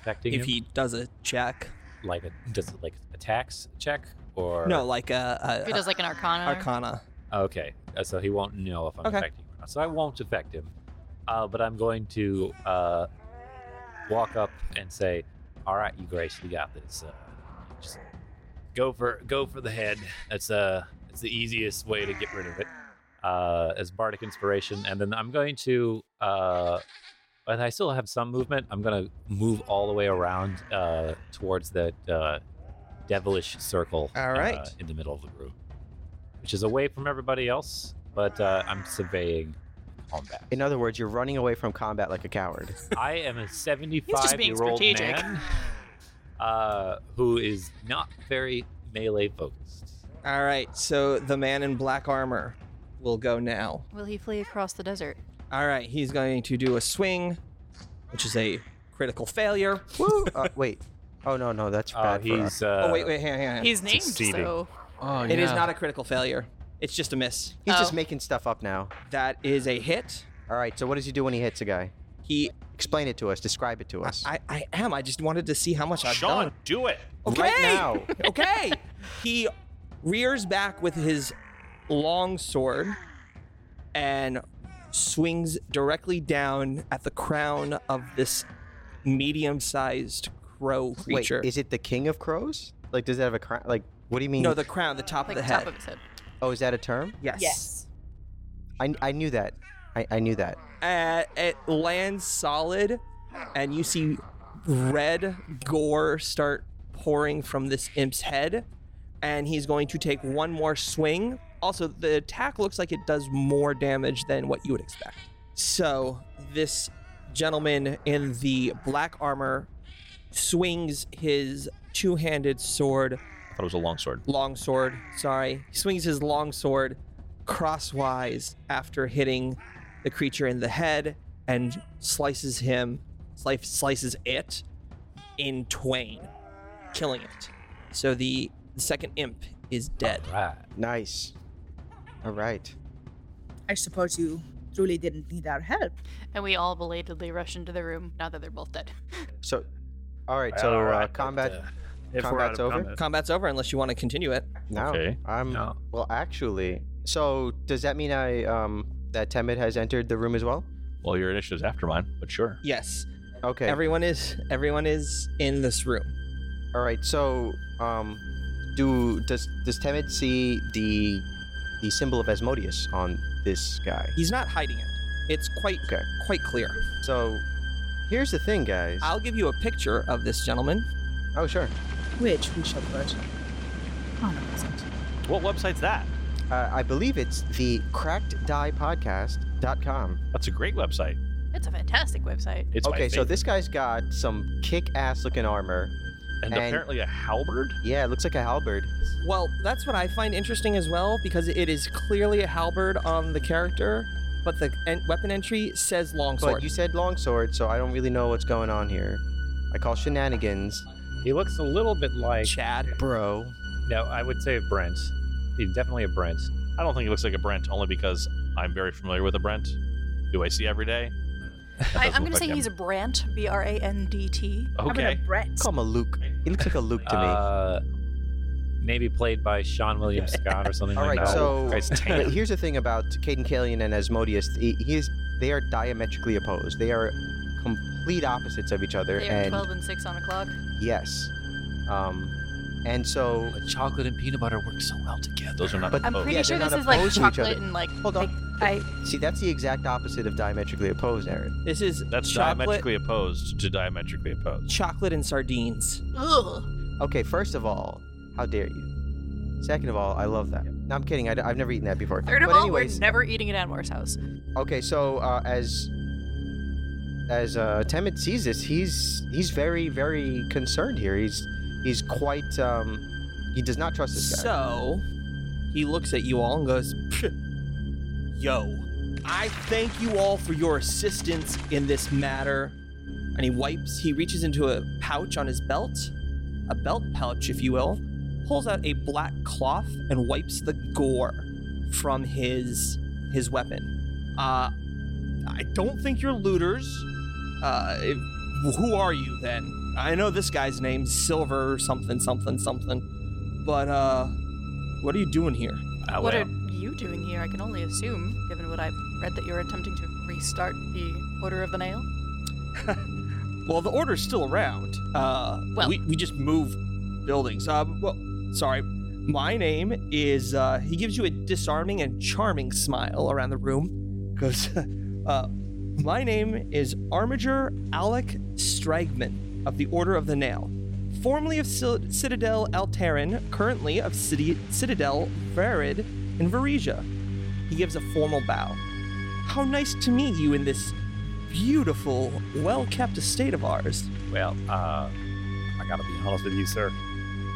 [SPEAKER 8] infecting
[SPEAKER 1] If
[SPEAKER 8] him?
[SPEAKER 1] he does a check,
[SPEAKER 8] like a, does it like a tax check or
[SPEAKER 1] no, like a, a,
[SPEAKER 4] If he does like an arcana. or-
[SPEAKER 1] Arcana.
[SPEAKER 8] Okay, uh, so he won't know if I'm
[SPEAKER 1] Okay.
[SPEAKER 8] affecting him or not. So I won't affect him, uh, but I'm going to uh, walk up and say, "All right, you Grace, you got this. Uh, just go for go for the head. That's uh, it's the easiest way to get rid of it." Uh, as bardic inspiration, and then I'm going to. Uh, but I still have some movement. I'm gonna move all the way around uh, towards that uh, devilish circle.
[SPEAKER 1] All right.
[SPEAKER 8] uh, in the middle of the room which is away from everybody else, but uh, I'm surveying combat.
[SPEAKER 5] In other words, you're running away from combat like a coward.
[SPEAKER 8] I am a 75
[SPEAKER 4] being
[SPEAKER 8] year old
[SPEAKER 4] strategic.
[SPEAKER 8] man uh, who is not very melee focused.
[SPEAKER 1] All right, so the man in black armor will go now.
[SPEAKER 4] Will he flee across the desert?
[SPEAKER 1] All right, he's going to do a swing, which is a critical failure.
[SPEAKER 5] Woo! Uh, wait. Oh no, no, that's
[SPEAKER 8] Oh,
[SPEAKER 5] bad. for us.
[SPEAKER 8] he's. Uh,
[SPEAKER 1] oh wait, wait, hang on, hang on.
[SPEAKER 4] He's named
[SPEAKER 8] succeeding.
[SPEAKER 4] so.
[SPEAKER 9] Oh,
[SPEAKER 1] It is not a critical failure. It's just a miss.
[SPEAKER 5] He's
[SPEAKER 4] Oh.
[SPEAKER 5] just making stuff up now.
[SPEAKER 1] That is a hit.
[SPEAKER 5] All right. So what does he do when he hits a guy?
[SPEAKER 1] He,
[SPEAKER 5] Explain it to us. Describe it to us.
[SPEAKER 1] I, I am. I just wanted to see how much I've
[SPEAKER 3] Sean,
[SPEAKER 1] done.
[SPEAKER 3] do it.
[SPEAKER 1] Okay.
[SPEAKER 5] Right
[SPEAKER 1] [LAUGHS]
[SPEAKER 5] now.
[SPEAKER 1] okay. He rears back with his long sword and swings directly down at the crown of this medium-sized crow
[SPEAKER 5] Wait,
[SPEAKER 1] creature.
[SPEAKER 5] is it the king of crows? Like, does that have a crown? Like, what do you mean?
[SPEAKER 1] no, the crown, the top
[SPEAKER 4] Like [LAUGHS]
[SPEAKER 1] of the
[SPEAKER 4] top
[SPEAKER 1] head.
[SPEAKER 4] of his head.
[SPEAKER 5] oh, is that a term?
[SPEAKER 1] yes.
[SPEAKER 6] Yes.
[SPEAKER 5] I, I knew that. I, I knew that.
[SPEAKER 1] Uh, it lands solid, and you see red gore start pouring from this imp's head. And he's going to take one more swing. Also, the attack looks like it does more damage than what you would expect. So, this gentleman in the black armor swings his two handed sword
[SPEAKER 3] I thought it was a long sword.
[SPEAKER 1] longsword. Sorry, he swings his longsword crosswise after hitting the creature in the head and slices him, slice, slices it in twain, killing it. So the, the second imp is dead.
[SPEAKER 8] Right.
[SPEAKER 5] Nice. All right.
[SPEAKER 6] I suppose you truly didn't need our help.
[SPEAKER 4] And we all belatedly rush into the room now that they're both dead.
[SPEAKER 5] So, all right. So
[SPEAKER 7] All
[SPEAKER 5] uh,
[SPEAKER 7] right,
[SPEAKER 5] combat.
[SPEAKER 8] but, uh,
[SPEAKER 7] If we're out
[SPEAKER 5] Combat's
[SPEAKER 7] of
[SPEAKER 5] over?
[SPEAKER 7] combat.
[SPEAKER 1] Combat's over unless you want to continue it.
[SPEAKER 5] No.
[SPEAKER 3] Okay.
[SPEAKER 5] I'm.
[SPEAKER 8] No.
[SPEAKER 5] Well, actually. So does that mean I um that Temid has entered the room as well?
[SPEAKER 3] Well, your initiative's after mine, but sure.
[SPEAKER 1] Yes,
[SPEAKER 5] Okay.
[SPEAKER 1] everyone is everyone is in this room.
[SPEAKER 5] All right. So um, do does does Temid see the the symbol of Asmodeus on this guy?
[SPEAKER 1] He's not hiding it. It's quite
[SPEAKER 5] Okay.
[SPEAKER 1] quite clear.
[SPEAKER 5] So here's the thing, guys.
[SPEAKER 1] I'll give you a picture of this gentleman.
[SPEAKER 5] oh sure.
[SPEAKER 6] Which we shall put on a present.
[SPEAKER 3] What website's that?
[SPEAKER 5] Uh, I believe it's the crackediepodcast.com.
[SPEAKER 3] That's a great website.
[SPEAKER 4] It's a fantastic website. [LAUGHS]
[SPEAKER 3] It's my
[SPEAKER 5] Okay, so
[SPEAKER 3] favorite.
[SPEAKER 5] this guy's got some kick-ass looking armor.
[SPEAKER 3] and,
[SPEAKER 5] and-
[SPEAKER 3] apparently a halberd.
[SPEAKER 5] Yeah, it looks like a halberd.
[SPEAKER 1] Well, that's what I find interesting as well because it is clearly a halberd on the character, but the en- weapon entry says
[SPEAKER 5] But
[SPEAKER 1] longsword.
[SPEAKER 5] you said longsword, so I don't really know what's going on here. I call shenanigans,
[SPEAKER 8] He looks a little bit like.
[SPEAKER 1] Chad.
[SPEAKER 5] bro.
[SPEAKER 8] No, I would say Brent. He's definitely a Brent.
[SPEAKER 3] I don't think he looks like a Brent, only because I'm very familiar with a Brent. Do I see every day? That doesn't
[SPEAKER 4] I, I'm
[SPEAKER 3] look
[SPEAKER 4] gonna
[SPEAKER 3] like
[SPEAKER 4] say
[SPEAKER 3] him.
[SPEAKER 4] he's a Brandt, B R A N D T.
[SPEAKER 6] How
[SPEAKER 3] Okay.
[SPEAKER 6] about a Brett?
[SPEAKER 5] Call him a Luke. He looks like a Luke to me.
[SPEAKER 8] Uh, maybe played by Sean [LAUGHS] William Scott or something
[SPEAKER 5] All
[SPEAKER 8] like
[SPEAKER 5] right,
[SPEAKER 8] that.
[SPEAKER 5] so
[SPEAKER 8] [LAUGHS]
[SPEAKER 3] Guy's
[SPEAKER 5] but [LAUGHS]
[SPEAKER 3] tan.
[SPEAKER 5] here's the thing about Caden Kalian and Asmodeus. He, he is, they are diametrically opposed. They are complete opposites of each other.
[SPEAKER 4] They are
[SPEAKER 5] and
[SPEAKER 4] 12 and 6 on a clock.
[SPEAKER 5] yes, um, and so
[SPEAKER 8] But chocolate and peanut butter work so well together.
[SPEAKER 3] Those are not.
[SPEAKER 5] But-
[SPEAKER 4] I'm
[SPEAKER 3] oh,
[SPEAKER 4] pretty
[SPEAKER 5] yeah,
[SPEAKER 4] sure
[SPEAKER 5] they're
[SPEAKER 4] this
[SPEAKER 5] not
[SPEAKER 4] is like
[SPEAKER 5] opposed to each
[SPEAKER 4] chocolate
[SPEAKER 5] other.
[SPEAKER 4] and like.
[SPEAKER 5] Hold on.
[SPEAKER 4] I, I-
[SPEAKER 5] see that's the exact opposite of diametrically opposed, Aaron.
[SPEAKER 1] This is
[SPEAKER 3] That's
[SPEAKER 1] chocolate,
[SPEAKER 3] diametrically opposed to diametrically opposed.
[SPEAKER 1] chocolate and sardines.
[SPEAKER 4] ugh.
[SPEAKER 5] Okay, first of all, how dare you? Second of all, I love that. No, I'm kidding. I, have never eaten that before.
[SPEAKER 4] Third of
[SPEAKER 5] but
[SPEAKER 4] all,
[SPEAKER 5] anyways,
[SPEAKER 4] we're never eating at Anwar's house.
[SPEAKER 5] okay. So uh, as as uh, Temet sees this, he's he's very very concerned here. He's he's quite um, he does not trust this guy.
[SPEAKER 1] So he looks at you all and goes, "Pfft. Yo, I thank you all for your assistance in this matter. And he wipes, he reaches into a pouch on his belt, a belt pouch, if you will, pulls out a black cloth and wipes the gore from his his weapon. Uh, I don't think you're looters. Uh, if- who are you then? I know this guy's name, Silver something something something, but uh, what are you doing here?
[SPEAKER 8] Uh,
[SPEAKER 4] what
[SPEAKER 8] well,
[SPEAKER 4] are you doing here? I can only assume, given what I've read, that you're attempting to restart the Order of the Nail.
[SPEAKER 1] Well, the order's still around. Uh,
[SPEAKER 4] Well-
[SPEAKER 1] we, we just move buildings. Uh, well, sorry. My name is. Uh, he gives you a disarming and charming smile around the room. Goes. [LAUGHS] Uh, my name is Armiger Alec Stragman of the Order of the Nail, formerly of Cil- Citadel Alteran, currently of City- Citadel Verid in Varesia. He gives a formal bow. How nice to meet you in this beautiful, well kept estate of ours.
[SPEAKER 8] well, uh, I gotta be honest with you, sir.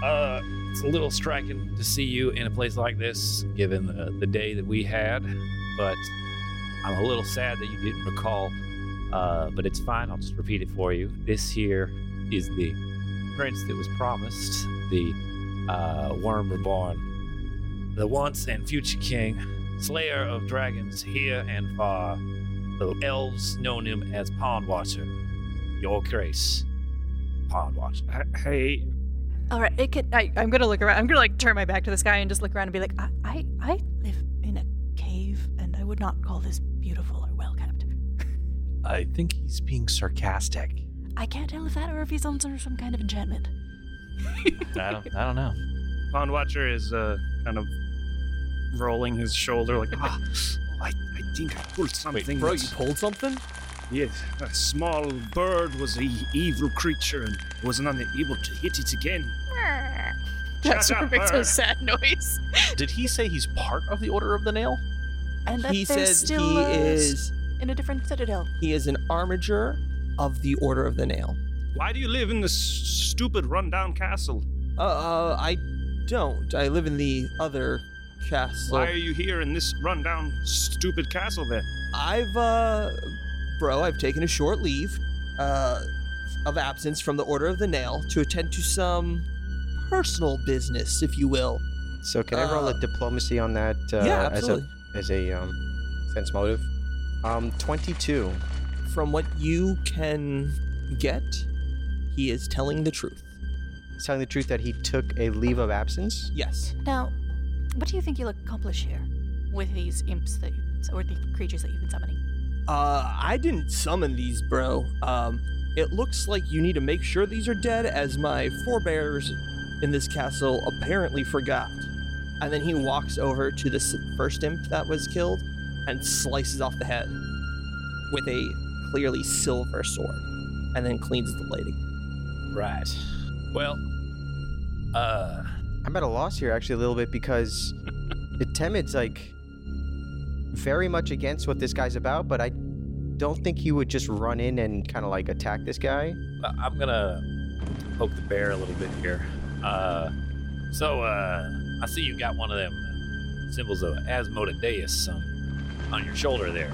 [SPEAKER 8] Uh, it's a little striking to see you in a place like this, given the, the day that we had. But I'm a little sad that you didn't recall. Uh, but it's fine. I'll just repeat it for you. This here is the prince that was promised, the uh, worm reborn, the once and future king, slayer of dragons here and far. The elves known him as Pond Watcher. Your grace, Pond Watcher.
[SPEAKER 7] Hey,
[SPEAKER 4] All right, it could, I, I'm gonna look around. I'm gonna like turn my back to this guy and just look around and be like, I, I, I live in a cave, and I would not call this beautiful or well kept.
[SPEAKER 3] I think he's being sarcastic.
[SPEAKER 4] I can't tell if that or if he's under some kind of
[SPEAKER 8] [LAUGHS]
[SPEAKER 4] enchantment.
[SPEAKER 3] I don't, I don't know.
[SPEAKER 7] Pond Watcher is uh, kind of rolling his shoulder, like, ah, I, I think I pulled something.
[SPEAKER 1] Bro, you
[SPEAKER 7] that's-
[SPEAKER 1] pulled something?
[SPEAKER 7] Yes, a small bird was a evil creature and was not able to hit it again.
[SPEAKER 6] That
[SPEAKER 7] Shut
[SPEAKER 6] sort
[SPEAKER 7] up,
[SPEAKER 6] of makes a
[SPEAKER 8] [LAUGHS]
[SPEAKER 7] bird.
[SPEAKER 6] sad noise.
[SPEAKER 3] Did he say he's part of the Order of the Nail?
[SPEAKER 4] And that
[SPEAKER 1] He
[SPEAKER 4] there's
[SPEAKER 1] said
[SPEAKER 4] still
[SPEAKER 1] he
[SPEAKER 4] uh,
[SPEAKER 1] is
[SPEAKER 4] in a different citadel.
[SPEAKER 1] he is an armiger of the Order of the Nail.
[SPEAKER 7] Why do you live in this stupid rundown castle?
[SPEAKER 1] Uh, uh I don't. I live in the other castle.
[SPEAKER 7] Why are you here in this rundown stupid castle [LAUGHS] then?
[SPEAKER 1] I've uh bro, I've taken a short leave uh of absence from the Order of the Nail to attend to some personal business, if you will.
[SPEAKER 5] So can I roll
[SPEAKER 1] Uh,
[SPEAKER 5] a diplomacy on that? Uh,
[SPEAKER 1] yeah, absolutely.
[SPEAKER 5] As a as a um, sense motive. Um, twenty-two.
[SPEAKER 1] From what you can get, he is telling the truth.
[SPEAKER 5] He's telling the truth that he took a leave of absence.
[SPEAKER 1] Yes.
[SPEAKER 4] Now, what do you think you'll accomplish here with these imps that you or the creatures that you've been summoning?
[SPEAKER 1] Uh, I didn't summon these, bro. Um, it looks like you need to make sure these are dead, as my forebears in this castle apparently forgot. And then he walks over to the s- first imp that was killed and slices off the head with a clearly silver sword, and then cleans the lady.
[SPEAKER 8] Right. Well, uh,
[SPEAKER 5] I'm at a loss here actually a little
[SPEAKER 1] [LAUGHS]
[SPEAKER 5] bit because the timid's like very much against what this guy's about, but I don't think he would just run in and kind of like attack this guy.
[SPEAKER 8] I- I'm gonna poke the bear a little bit here. Uh, so, uh, I see you got one of them symbols of Asmodeus on, on your shoulder there.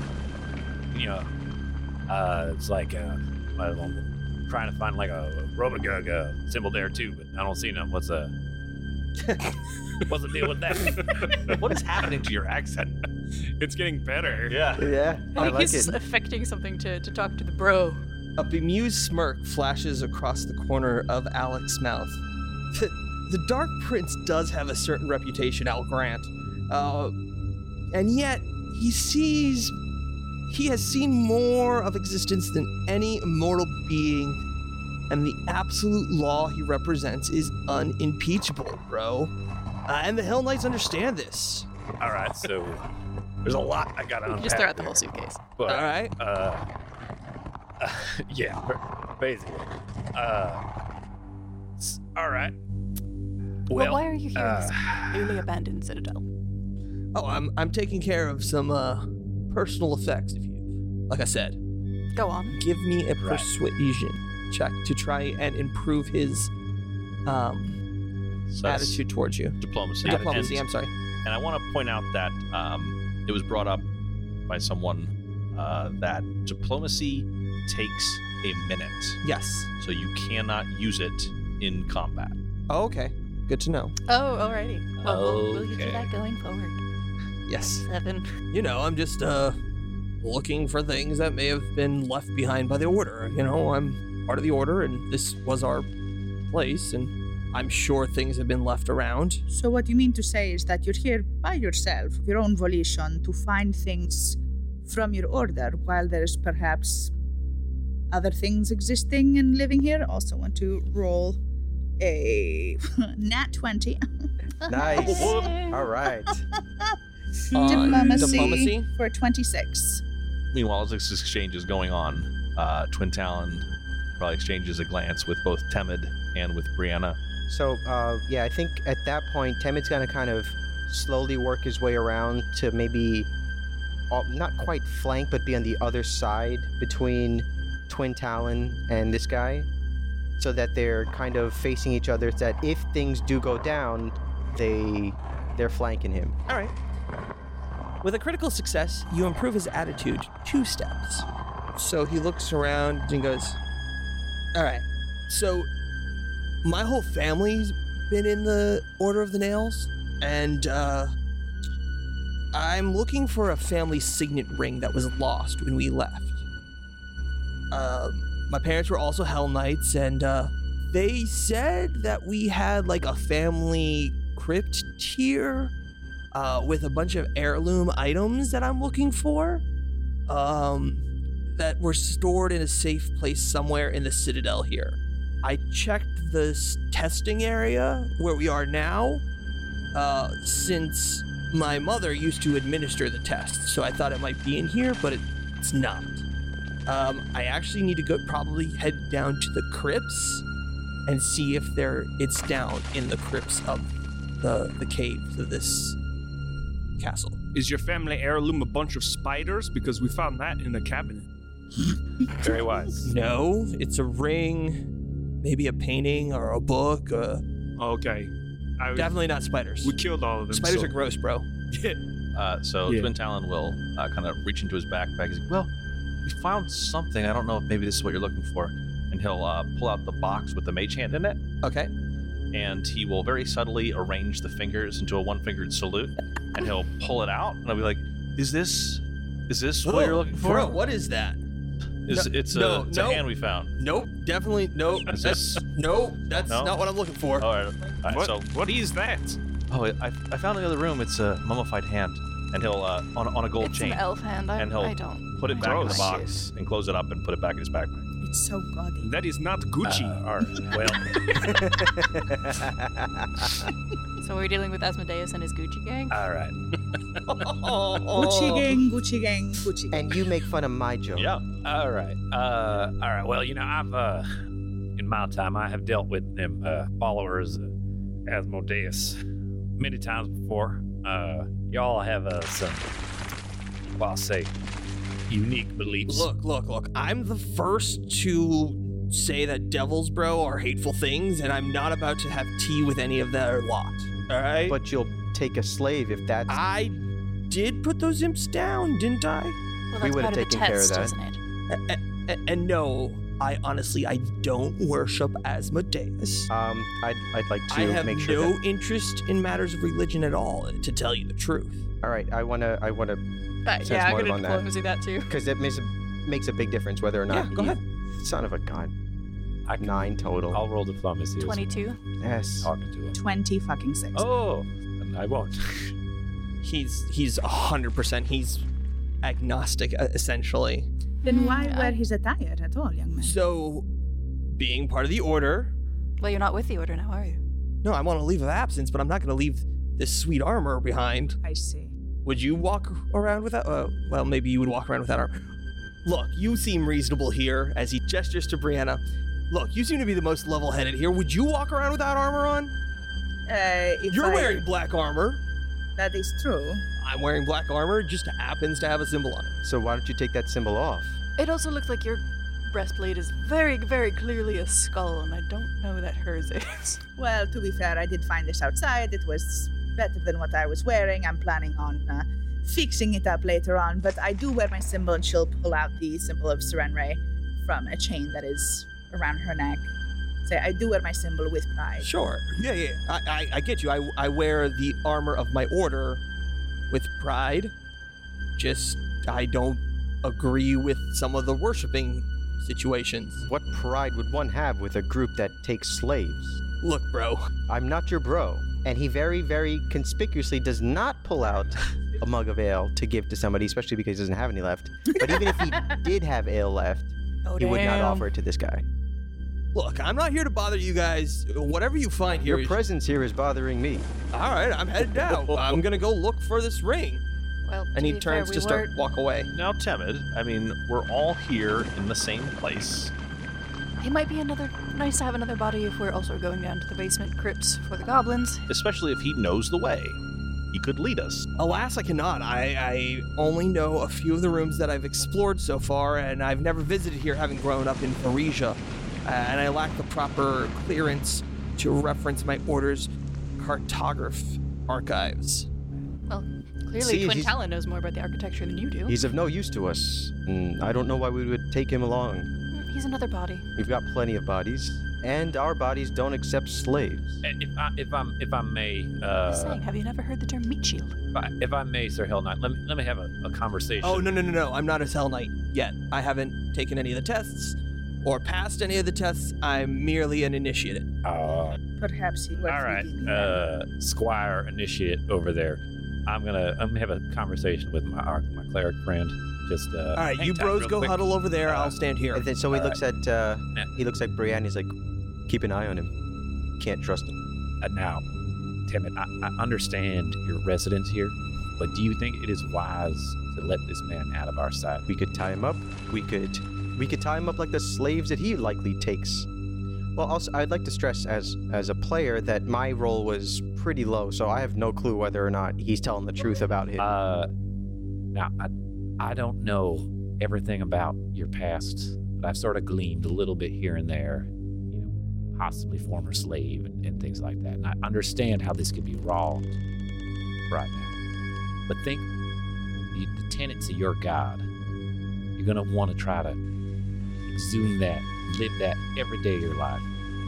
[SPEAKER 8] You know, uh, it's like, uh, I- I'm trying to find like a Robogug uh, symbol there too, but I don't see none. What's uh [LAUGHS] What's the deal with that?
[SPEAKER 3] What is happening to your accent?
[SPEAKER 7] [LAUGHS] It's getting better.
[SPEAKER 3] Yeah.
[SPEAKER 5] Yeah,
[SPEAKER 1] Oh,
[SPEAKER 4] I think he's affecting something to, to talk to the bro.
[SPEAKER 1] A bemused smirk flashes across the corner of Alec's mouth. the Dark Prince does have a certain reputation, I'll grant. Uh, and yet, he sees. He has seen more of existence than any mortal being, and the absolute law he represents is unimpeachable, bro. Uh, and the Hell Knights understand this.
[SPEAKER 8] All right, so there's a lot I gotta
[SPEAKER 4] You
[SPEAKER 8] unpack.
[SPEAKER 4] can just throw out the
[SPEAKER 8] there,
[SPEAKER 4] whole suitcase.
[SPEAKER 8] but-
[SPEAKER 1] All right?
[SPEAKER 8] uh, [LAUGHS] yeah, b- basically. Uh, s- all right.
[SPEAKER 4] Well,
[SPEAKER 8] Well,
[SPEAKER 4] why are you here in this
[SPEAKER 8] uh,
[SPEAKER 4] newly abandoned citadel?
[SPEAKER 1] Oh, I'm, I'm taking care of some uh, personal effects, if you. Like I said.
[SPEAKER 4] Go on.
[SPEAKER 1] give me a
[SPEAKER 8] Right.
[SPEAKER 1] persuasion check to try and improve his um,
[SPEAKER 3] So that's
[SPEAKER 1] attitude towards you.
[SPEAKER 3] Diplomacy.
[SPEAKER 1] Diplomacy,
[SPEAKER 3] And-
[SPEAKER 1] I'm sorry.
[SPEAKER 3] And I want to point out that um, it was brought up by someone uh, that diplomacy takes a minute,
[SPEAKER 1] Yes.
[SPEAKER 3] so you cannot use it in combat.
[SPEAKER 1] Oh, okay. Good to know.
[SPEAKER 4] Oh, alrighty. Well, we'll, we'll get you
[SPEAKER 8] Okay.
[SPEAKER 4] that going forward.
[SPEAKER 1] Yes.
[SPEAKER 4] Seven.
[SPEAKER 1] You know, I'm just uh looking for things that may have been left behind by the order. You know, I'm part of the order and this was our place and I'm sure things have been left around.
[SPEAKER 6] So what you mean to say is that you're here by yourself, of your own volition, to find things from your order, while there's perhaps other things existing and living here. Also want to roll a [LAUGHS] nat twenty.
[SPEAKER 1] [LAUGHS]
[SPEAKER 5] Nice. All right.
[SPEAKER 1] On
[SPEAKER 6] diplomacy,
[SPEAKER 1] Uh, diplomacy?
[SPEAKER 6] for twenty-six.
[SPEAKER 3] Meanwhile, as this exchange is going on, uh, Twin Talon probably exchanges a glance with both Temid and with Brianna.
[SPEAKER 5] So, uh, yeah, I think at that point, Temid's gonna kind of slowly work his way around to maybe uh, not quite flank, but be on the other side between Twin Talon and this guy, so that they're kind of facing each other. so That if things do go down, they they're flanking him.
[SPEAKER 1] All right. With a critical success, you improve his attitude two steps. So he looks around and goes, All right. So my whole family's been in the Order of the Nails, and uh, I'm looking for a family signet ring that was lost when we left. Um, my parents were also Hell Knights, and uh, they said that we had like a family crypt here uh, with a bunch of heirloom items that I'm looking for um, that were stored in a safe place somewhere in the Citadel here. I checked the s- testing area where we are now uh, since my mother used to administer the test, so I thought it might be in here, but it, it's not. Um, I actually need to go probably head down to the crypts and see if there it's down in the crypts of the the caves of this castle.
[SPEAKER 7] Is your family heirloom a bunch of spiders? Because we found that in the cabinet.
[SPEAKER 8] Very wise.
[SPEAKER 1] No, it's a ring, maybe a painting or a book. Uh,
[SPEAKER 7] Okay. I,
[SPEAKER 1] definitely not spiders.
[SPEAKER 7] We killed all of them.
[SPEAKER 1] Spiders
[SPEAKER 7] so-
[SPEAKER 1] are gross, bro.
[SPEAKER 3] Uh, so
[SPEAKER 7] Yeah.
[SPEAKER 3] Twin Talon will uh, kind of reach into his backpack. He's like, "Well, we found something. I don't know if maybe this is what you're looking for." And he'll uh, pull out the box with the mage hand in it,
[SPEAKER 1] Okay.
[SPEAKER 3] and he will very subtly arrange the fingers into a one-fingered salute, and he'll pull it out, and I'll be like, "Is this? Is this what you're
[SPEAKER 1] Oh,
[SPEAKER 3] looking for?
[SPEAKER 1] Bro, what is that?
[SPEAKER 3] Is
[SPEAKER 1] no-
[SPEAKER 3] it's a,
[SPEAKER 1] no,
[SPEAKER 3] it's
[SPEAKER 1] no.
[SPEAKER 3] a hand we found?
[SPEAKER 1] Nope, definitely nope.
[SPEAKER 3] Is this?
[SPEAKER 1] Nope, that's
[SPEAKER 3] No? Oh.
[SPEAKER 1] not what I'm looking for.
[SPEAKER 3] all right, all right.
[SPEAKER 7] [LAUGHS] What,
[SPEAKER 3] So,
[SPEAKER 7] what is that?
[SPEAKER 3] oh, I, I found in the other room. It's a mummified hand, and he'll uh, on on a gold
[SPEAKER 4] It's
[SPEAKER 3] chain
[SPEAKER 4] an elf hand. I,
[SPEAKER 3] And he'll
[SPEAKER 4] I don't.
[SPEAKER 3] put it back in the
[SPEAKER 7] Gross.
[SPEAKER 3] box and close it up and put it back in his backpack.
[SPEAKER 6] It's so gaudy.
[SPEAKER 7] That is not Gucci.
[SPEAKER 8] all right. Well,
[SPEAKER 7] [LAUGHS]
[SPEAKER 4] So we're dealing with Asmodeus and his Gucci gang.
[SPEAKER 5] Uh,
[SPEAKER 8] all right.
[SPEAKER 1] Oh.
[SPEAKER 6] Gucci gang, Gucci gang, Gucci gang.
[SPEAKER 5] And you make fun of my joke.
[SPEAKER 3] Yeah.
[SPEAKER 8] All right. Uh, all right. Well, you know, I've uh, in my time, I have dealt with them uh, followers of Asmodeus many times before. Uh, y'all have uh, some, well, I'll say, unique beliefs.
[SPEAKER 1] Look, look, look. I'm the first to say that devils, bro, are hateful things, and I'm not about to have tea with any of their lot. All right.
[SPEAKER 5] But you'll take a slave if that's.
[SPEAKER 1] I did put those imps down, didn't I?
[SPEAKER 4] well,
[SPEAKER 5] we
[SPEAKER 4] that's
[SPEAKER 5] would've
[SPEAKER 4] part of the
[SPEAKER 5] taken care of
[SPEAKER 4] test,
[SPEAKER 5] that.
[SPEAKER 4] isn't it?
[SPEAKER 1] A- and no, I honestly, I don't worship Asmodeus.
[SPEAKER 5] Um, I'd, I'd like
[SPEAKER 1] I
[SPEAKER 5] to
[SPEAKER 1] have
[SPEAKER 5] make sure.
[SPEAKER 1] no
[SPEAKER 5] that-
[SPEAKER 1] interest in matters of religion at all, to tell you the truth.
[SPEAKER 5] all right, I wanna, I wanna,
[SPEAKER 4] But
[SPEAKER 5] Says
[SPEAKER 4] yeah, I'm
[SPEAKER 5] more
[SPEAKER 4] gonna
[SPEAKER 5] about that.
[SPEAKER 4] diplomacy that. too.
[SPEAKER 5] because it makes a, makes a big difference whether or not.
[SPEAKER 1] Yeah, go
[SPEAKER 5] you-
[SPEAKER 1] ahead.
[SPEAKER 5] Son of a gun.
[SPEAKER 8] I can,
[SPEAKER 5] Nine total.
[SPEAKER 8] I'll roll diplomacy. as we're
[SPEAKER 4] Twenty-two.
[SPEAKER 5] yes.
[SPEAKER 8] Talking to him.
[SPEAKER 6] Twenty fucking six.
[SPEAKER 8] Oh, and I won't.
[SPEAKER 1] He's he's hundred percent. He's agnostic uh, essentially.
[SPEAKER 6] Then why
[SPEAKER 4] Mm,
[SPEAKER 6] wear
[SPEAKER 4] I-
[SPEAKER 6] his attire at all, young man?
[SPEAKER 1] So, being part of the order,
[SPEAKER 4] Well, you're not with the order now, are you?
[SPEAKER 1] no, I'm on a leave of absence, but I'm not going to leave this sweet armor behind.
[SPEAKER 6] I see.
[SPEAKER 1] Would you walk around without? Uh, well, maybe you would walk around without armor. Look, you seem reasonable here. As he gestures to Brianna, look, you seem to be the most level-headed here. Would you walk around without armor on?
[SPEAKER 6] Uh, if
[SPEAKER 1] You're
[SPEAKER 6] I-
[SPEAKER 1] wearing black armor.
[SPEAKER 6] That is true.
[SPEAKER 1] I'm wearing black armor. Just happens to have a symbol on it.
[SPEAKER 5] So why don't you take that symbol off?
[SPEAKER 4] It also looks like your breastplate is very, very clearly a skull, and I don't know that hers is.
[SPEAKER 6] Well, to be fair, I did find this outside. It was better than what I was wearing. I'm planning on uh, fixing it up later on, but I do wear my symbol, and she'll pull out the symbol of Serenre from a chain that is around her neck. Say, I do wear my symbol with pride.
[SPEAKER 1] Sure. Yeah, yeah. I, I, I get you. I, I wear the armor of my order with pride. Just, I don't agree with some of the worshiping situations.
[SPEAKER 5] What pride would one have with a group that takes slaves?
[SPEAKER 1] Look, bro,
[SPEAKER 5] I'm not your bro. And he very, very conspicuously does not pull out a mug of ale to give to somebody, especially because he doesn't have any left. But even
[SPEAKER 1] [LAUGHS]
[SPEAKER 5] if he did have ale left,
[SPEAKER 4] Oh,
[SPEAKER 5] he would not
[SPEAKER 4] damn.
[SPEAKER 5] offer it to this guy.
[SPEAKER 1] look, I'm not here to bother you guys. Whatever you find here
[SPEAKER 5] Your
[SPEAKER 1] is-
[SPEAKER 5] presence here is bothering me.
[SPEAKER 1] all right, I'm [LAUGHS] headed out. I'm gonna go look for this ring.
[SPEAKER 9] Well, to
[SPEAKER 1] And he
[SPEAKER 9] be fair,
[SPEAKER 1] turns
[SPEAKER 9] we
[SPEAKER 1] to start
[SPEAKER 9] were-
[SPEAKER 1] walk away.
[SPEAKER 3] Now, Temid, I mean, we're all here in the same place.
[SPEAKER 4] It might be another nice to have another body if we're also going down to the basement crypts for the goblins.
[SPEAKER 3] especially if he knows the way. He could lead us.
[SPEAKER 1] Alas, I cannot. I, I only know a few of the rooms that I've explored so far, and I've never visited here having grown up in Parisia. Uh, and I lack the proper clearance to reference my order's cartograph archives.
[SPEAKER 9] Well, clearly
[SPEAKER 5] See,
[SPEAKER 9] Twin
[SPEAKER 5] he's-
[SPEAKER 9] Talon knows more about the architecture than you do.
[SPEAKER 5] He's of no use to us, and I don't know why we would take him along.
[SPEAKER 4] Mm, He's another body.
[SPEAKER 5] We've got plenty of bodies, and our bodies don't accept slaves.
[SPEAKER 8] And If I, if I'm, if I may,
[SPEAKER 4] Just
[SPEAKER 8] uh,
[SPEAKER 4] saying, have you never heard the term meat shield?
[SPEAKER 8] if I, if I may, Sir Hell Knight, let me, let me have a, a conversation.
[SPEAKER 1] Oh, no, no, no, no. I'm not a Hell Knight yet. I haven't taken any of the tests or passed any of the tests. I'm merely an initiate.
[SPEAKER 8] Uh,
[SPEAKER 6] Perhaps he was
[SPEAKER 8] all right,
[SPEAKER 6] redeeming them.
[SPEAKER 8] uh, Squire Initiate over there. I'm gonna, I'm gonna have a conversation with my arc, my cleric friend. Just uh,
[SPEAKER 1] All right,
[SPEAKER 8] hang
[SPEAKER 1] you
[SPEAKER 8] tight
[SPEAKER 1] bros
[SPEAKER 8] real
[SPEAKER 1] go
[SPEAKER 8] quick.
[SPEAKER 1] huddle over there.
[SPEAKER 8] Uh,
[SPEAKER 1] I'll stand here.
[SPEAKER 5] And then, so he
[SPEAKER 8] All
[SPEAKER 5] looks at uh,
[SPEAKER 8] Yeah.
[SPEAKER 5] he looks at Brienne. He's like, keep an eye on him. Can't trust him.
[SPEAKER 8] Uh, now, Timid, I, I understand your residence here, but do you think it is wise to let this man out of our sight?
[SPEAKER 5] We could tie him up. We could we could tie him up like the slaves that he likely takes. Well, also, I'd like to stress as as a player that my role was pretty low, so I have no clue whether or not he's telling the truth about him.
[SPEAKER 8] Uh, now I, I don't know everything about your past, but I've sort of gleaned a little bit here and there, you know, possibly former slave and, and things like that. And I understand how this could be wrong right now, but think the, the tenets of your God. You're gonna want to try to exhume that, live that every day of your life.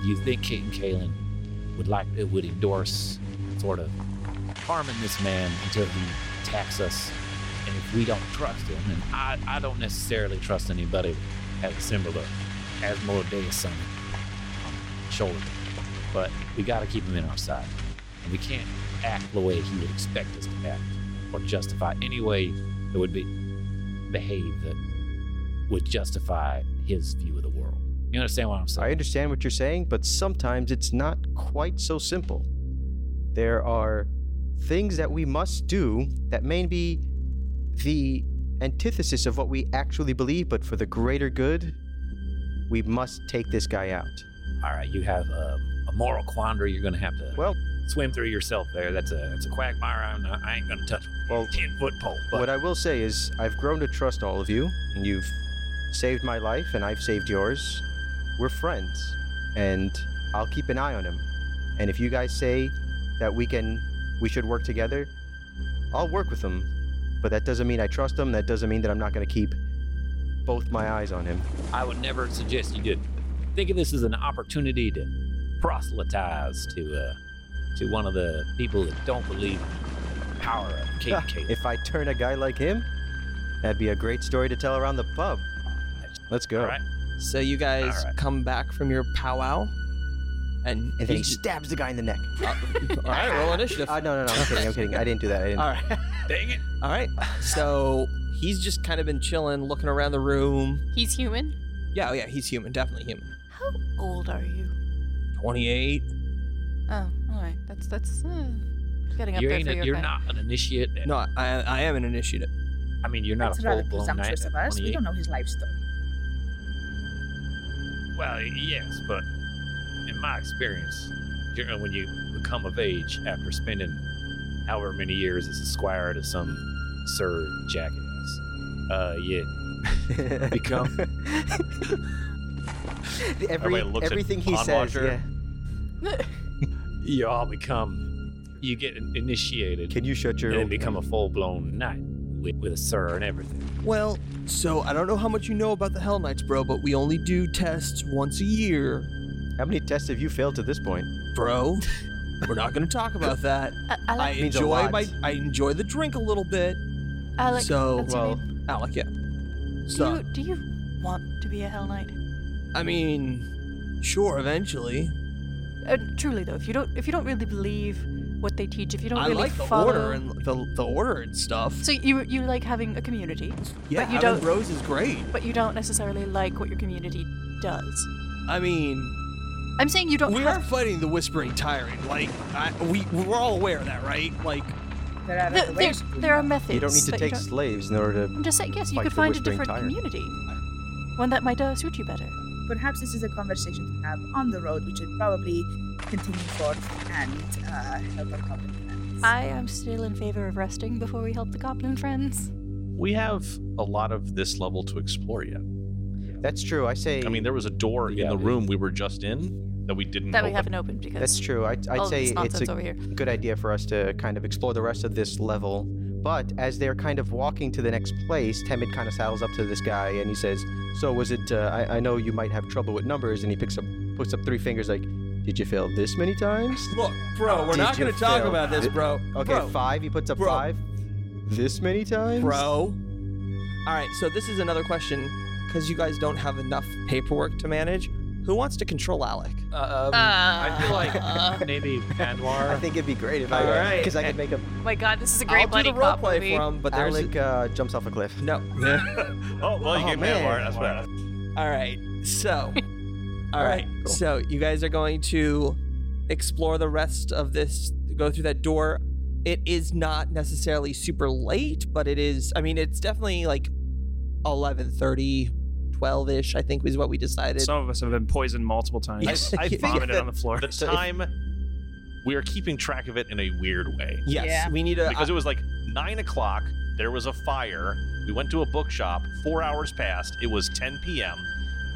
[SPEAKER 8] Do you think Kate and Kalen would like would endorse sort of harming this man until he attacks us. And if we don't trust him, and I, I don't necessarily trust anybody as a symbol of Asmodeus on the shoulder, but we got to keep him in our side. And we can't act the way he would expect us to act or justify any way that would be behave that would justify his view of the world. You understand what I'm saying?
[SPEAKER 5] I understand what you're saying, but sometimes it's not quite so simple. There are things that we must do that may be the antithesis of what we actually believe, but for the greater good, we must take this guy out.
[SPEAKER 8] All right, you have a, a moral quandary you're going to have to
[SPEAKER 5] Well-
[SPEAKER 8] swim through yourself there. That's a that's a quagmire. I'm not, I ain't going to touch
[SPEAKER 5] Well,
[SPEAKER 8] a 10 foot pole. But
[SPEAKER 5] what I will say is, I've grown to trust all of you, and you've saved my life, and I've saved yours. We're friends, and I'll keep an eye on him. And if you guys say that we can, we should work together, I'll work with him. But that doesn't mean I trust him. That doesn't mean that I'm not going to keep both my eyes on him.
[SPEAKER 8] I would never suggest you do. Think of this as an opportunity to proselytize to uh, to one of the people that don't believe in the power of King
[SPEAKER 5] [LAUGHS]
[SPEAKER 8] Caleb.
[SPEAKER 5] If I turn a guy like him, that'd be a great story to tell around the pub. Let's go.
[SPEAKER 8] All right.
[SPEAKER 1] So you guys
[SPEAKER 8] All right.
[SPEAKER 1] come back from your powwow, and,
[SPEAKER 5] And then he
[SPEAKER 1] he's-
[SPEAKER 5] stabs the guy in the neck.
[SPEAKER 1] [LAUGHS] all right, roll initiative.
[SPEAKER 5] Uh, no, no, no. I'm kidding. I'm kidding. I didn't do that. I didn't.
[SPEAKER 1] all right,
[SPEAKER 8] Dang it.
[SPEAKER 1] all right. So he's just kind of been chilling, looking around the room.
[SPEAKER 9] He's human.
[SPEAKER 1] Yeah, oh yeah, he's human, definitely human.
[SPEAKER 9] How old are you?
[SPEAKER 1] Twenty-eight.
[SPEAKER 9] Oh, all right. That's that's uh, getting up
[SPEAKER 8] You
[SPEAKER 9] there
[SPEAKER 8] ain't
[SPEAKER 9] for
[SPEAKER 8] a,
[SPEAKER 9] your
[SPEAKER 8] you're
[SPEAKER 9] kind.
[SPEAKER 8] not an initiate.
[SPEAKER 1] No, I, I am an initiative.
[SPEAKER 8] I mean, you're not
[SPEAKER 6] That's
[SPEAKER 8] a
[SPEAKER 6] rather
[SPEAKER 8] full blown knight.
[SPEAKER 6] presumptuous
[SPEAKER 8] at
[SPEAKER 6] of us. We
[SPEAKER 8] 28.
[SPEAKER 6] don't know his life story.
[SPEAKER 8] Well, yes, but in my experience, you know, when you become of age after spending however many years as a squire to some sir jackass, uh,
[SPEAKER 5] [LAUGHS]
[SPEAKER 8] you become
[SPEAKER 5] [LAUGHS] Every,
[SPEAKER 3] looks at
[SPEAKER 5] everything he
[SPEAKER 3] Pond
[SPEAKER 5] says.
[SPEAKER 3] Watcher.
[SPEAKER 5] Yeah.
[SPEAKER 8] you all become you get in- initiated
[SPEAKER 5] Can you shut your?
[SPEAKER 8] and then become a full blown knight with, with a sir and everything.
[SPEAKER 1] Well, so I don't know how much you know about the Hell Knights, bro, but we only do tests once a year, [LAUGHS]
[SPEAKER 5] How many tests have you failed to this point?
[SPEAKER 1] bro. We're not going to talk about that.
[SPEAKER 9] Uh,
[SPEAKER 1] I
[SPEAKER 9] Alec.
[SPEAKER 5] Means a
[SPEAKER 1] enjoy
[SPEAKER 5] lot.
[SPEAKER 1] my I enjoy the drink a little bit.
[SPEAKER 9] Alec.
[SPEAKER 1] so-
[SPEAKER 9] that's your
[SPEAKER 3] well,
[SPEAKER 9] name.
[SPEAKER 1] Alec, yeah.
[SPEAKER 4] Do
[SPEAKER 1] So
[SPEAKER 4] you, do you want to be a Hell Knight?
[SPEAKER 1] I mean, sure, eventually.
[SPEAKER 4] Uh, truly though, if you don't if you don't really believe what they teach, if you don't
[SPEAKER 1] I
[SPEAKER 4] really
[SPEAKER 1] like the
[SPEAKER 4] follow,
[SPEAKER 1] order and the the order and stuff.
[SPEAKER 4] so you you like having a community,
[SPEAKER 1] yeah,
[SPEAKER 4] but you
[SPEAKER 1] having
[SPEAKER 4] don't-
[SPEAKER 1] bros is great.
[SPEAKER 4] but you don't necessarily like what your community does.
[SPEAKER 1] I mean,
[SPEAKER 4] I'm saying you don't
[SPEAKER 1] we are
[SPEAKER 4] have
[SPEAKER 1] fighting the whispering tyrant. Like I, we we're all aware of that, right? Like
[SPEAKER 6] There are
[SPEAKER 4] Th- there,
[SPEAKER 6] regulations.
[SPEAKER 4] there are methods.
[SPEAKER 5] You don't need to
[SPEAKER 4] that
[SPEAKER 5] take
[SPEAKER 4] don't-
[SPEAKER 5] slaves in order
[SPEAKER 4] I'm
[SPEAKER 5] to.
[SPEAKER 4] just saying, yes, you
[SPEAKER 5] fight
[SPEAKER 4] could
[SPEAKER 5] the
[SPEAKER 4] find a
[SPEAKER 5] Whispering
[SPEAKER 4] different
[SPEAKER 5] Tyrant.
[SPEAKER 4] community, one that might uh, suit you better.
[SPEAKER 6] Perhaps this is a conversation to have on the road, which would probably continue forth and uh, help our common friends.
[SPEAKER 4] I am still in favor of resting before we help the goblin friends.
[SPEAKER 3] We have a lot of this level to explore yet.
[SPEAKER 5] That's true. I say.
[SPEAKER 3] I mean, there was a door
[SPEAKER 8] Yeah,
[SPEAKER 3] in the
[SPEAKER 8] dude.
[SPEAKER 3] room we were just in that we didn't.
[SPEAKER 4] That we
[SPEAKER 3] open.
[SPEAKER 4] haven't opened because
[SPEAKER 5] Oh, that's true. I, I'd
[SPEAKER 4] all
[SPEAKER 5] say
[SPEAKER 4] this
[SPEAKER 5] it's
[SPEAKER 4] nonsense
[SPEAKER 5] a
[SPEAKER 4] over here.
[SPEAKER 5] good idea for us to kind of explore the rest of this level. But as they're kind of walking to the next place, Temid kind of saddles up to this guy and he says, "So was it? Uh, I, I know you might have trouble with numbers." And he picks up, puts up three fingers, like, "Did you fail this many times?"
[SPEAKER 1] Look, bro, we're
[SPEAKER 5] Did
[SPEAKER 1] not
[SPEAKER 5] you
[SPEAKER 1] going to talk
[SPEAKER 5] fail?
[SPEAKER 1] about this,
[SPEAKER 5] Th-
[SPEAKER 1] bro.
[SPEAKER 5] Okay,
[SPEAKER 1] bro,
[SPEAKER 5] five. He puts up
[SPEAKER 1] Bro.
[SPEAKER 5] five. This many times,
[SPEAKER 1] bro. All right, so this is another question because you guys don't have enough paperwork to manage. Who wants to control Alec?
[SPEAKER 4] Uh,
[SPEAKER 8] Um, I feel like maybe
[SPEAKER 5] I
[SPEAKER 8] Anwar.
[SPEAKER 5] think it'd be great if I,
[SPEAKER 1] Alright.
[SPEAKER 5] because I could make a
[SPEAKER 4] Oh my god, this is a
[SPEAKER 1] I'll
[SPEAKER 4] great
[SPEAKER 1] do
[SPEAKER 4] buddy
[SPEAKER 1] the role
[SPEAKER 4] cop
[SPEAKER 1] play
[SPEAKER 4] movie.
[SPEAKER 1] for him, but there's
[SPEAKER 5] Alec uh, jumps off a cliff.
[SPEAKER 1] no.
[SPEAKER 3] Oh well, you
[SPEAKER 5] Oh,
[SPEAKER 3] gave me
[SPEAKER 5] man.
[SPEAKER 3] that bar. That's what. I-
[SPEAKER 1] All right, [LAUGHS] so, all right,
[SPEAKER 5] cool.
[SPEAKER 1] so you guys are going to explore the rest of this, go through that door. It is not necessarily super late, but it is. I mean, it's definitely like 11:30, 12ish. I think was what we decided. [LAUGHS]
[SPEAKER 7] Some of us have been poisoned multiple times.
[SPEAKER 1] Yes.
[SPEAKER 3] I
[SPEAKER 1] Yeah.
[SPEAKER 7] vomited on the floor.
[SPEAKER 3] The time we are keeping track of it in a weird way
[SPEAKER 1] [LAUGHS] yes,
[SPEAKER 6] Yeah.
[SPEAKER 1] we need a.
[SPEAKER 3] because it was like nine o'clock. There was a fire. We went to a bookshop. Four hours passed. It was 10 p.m.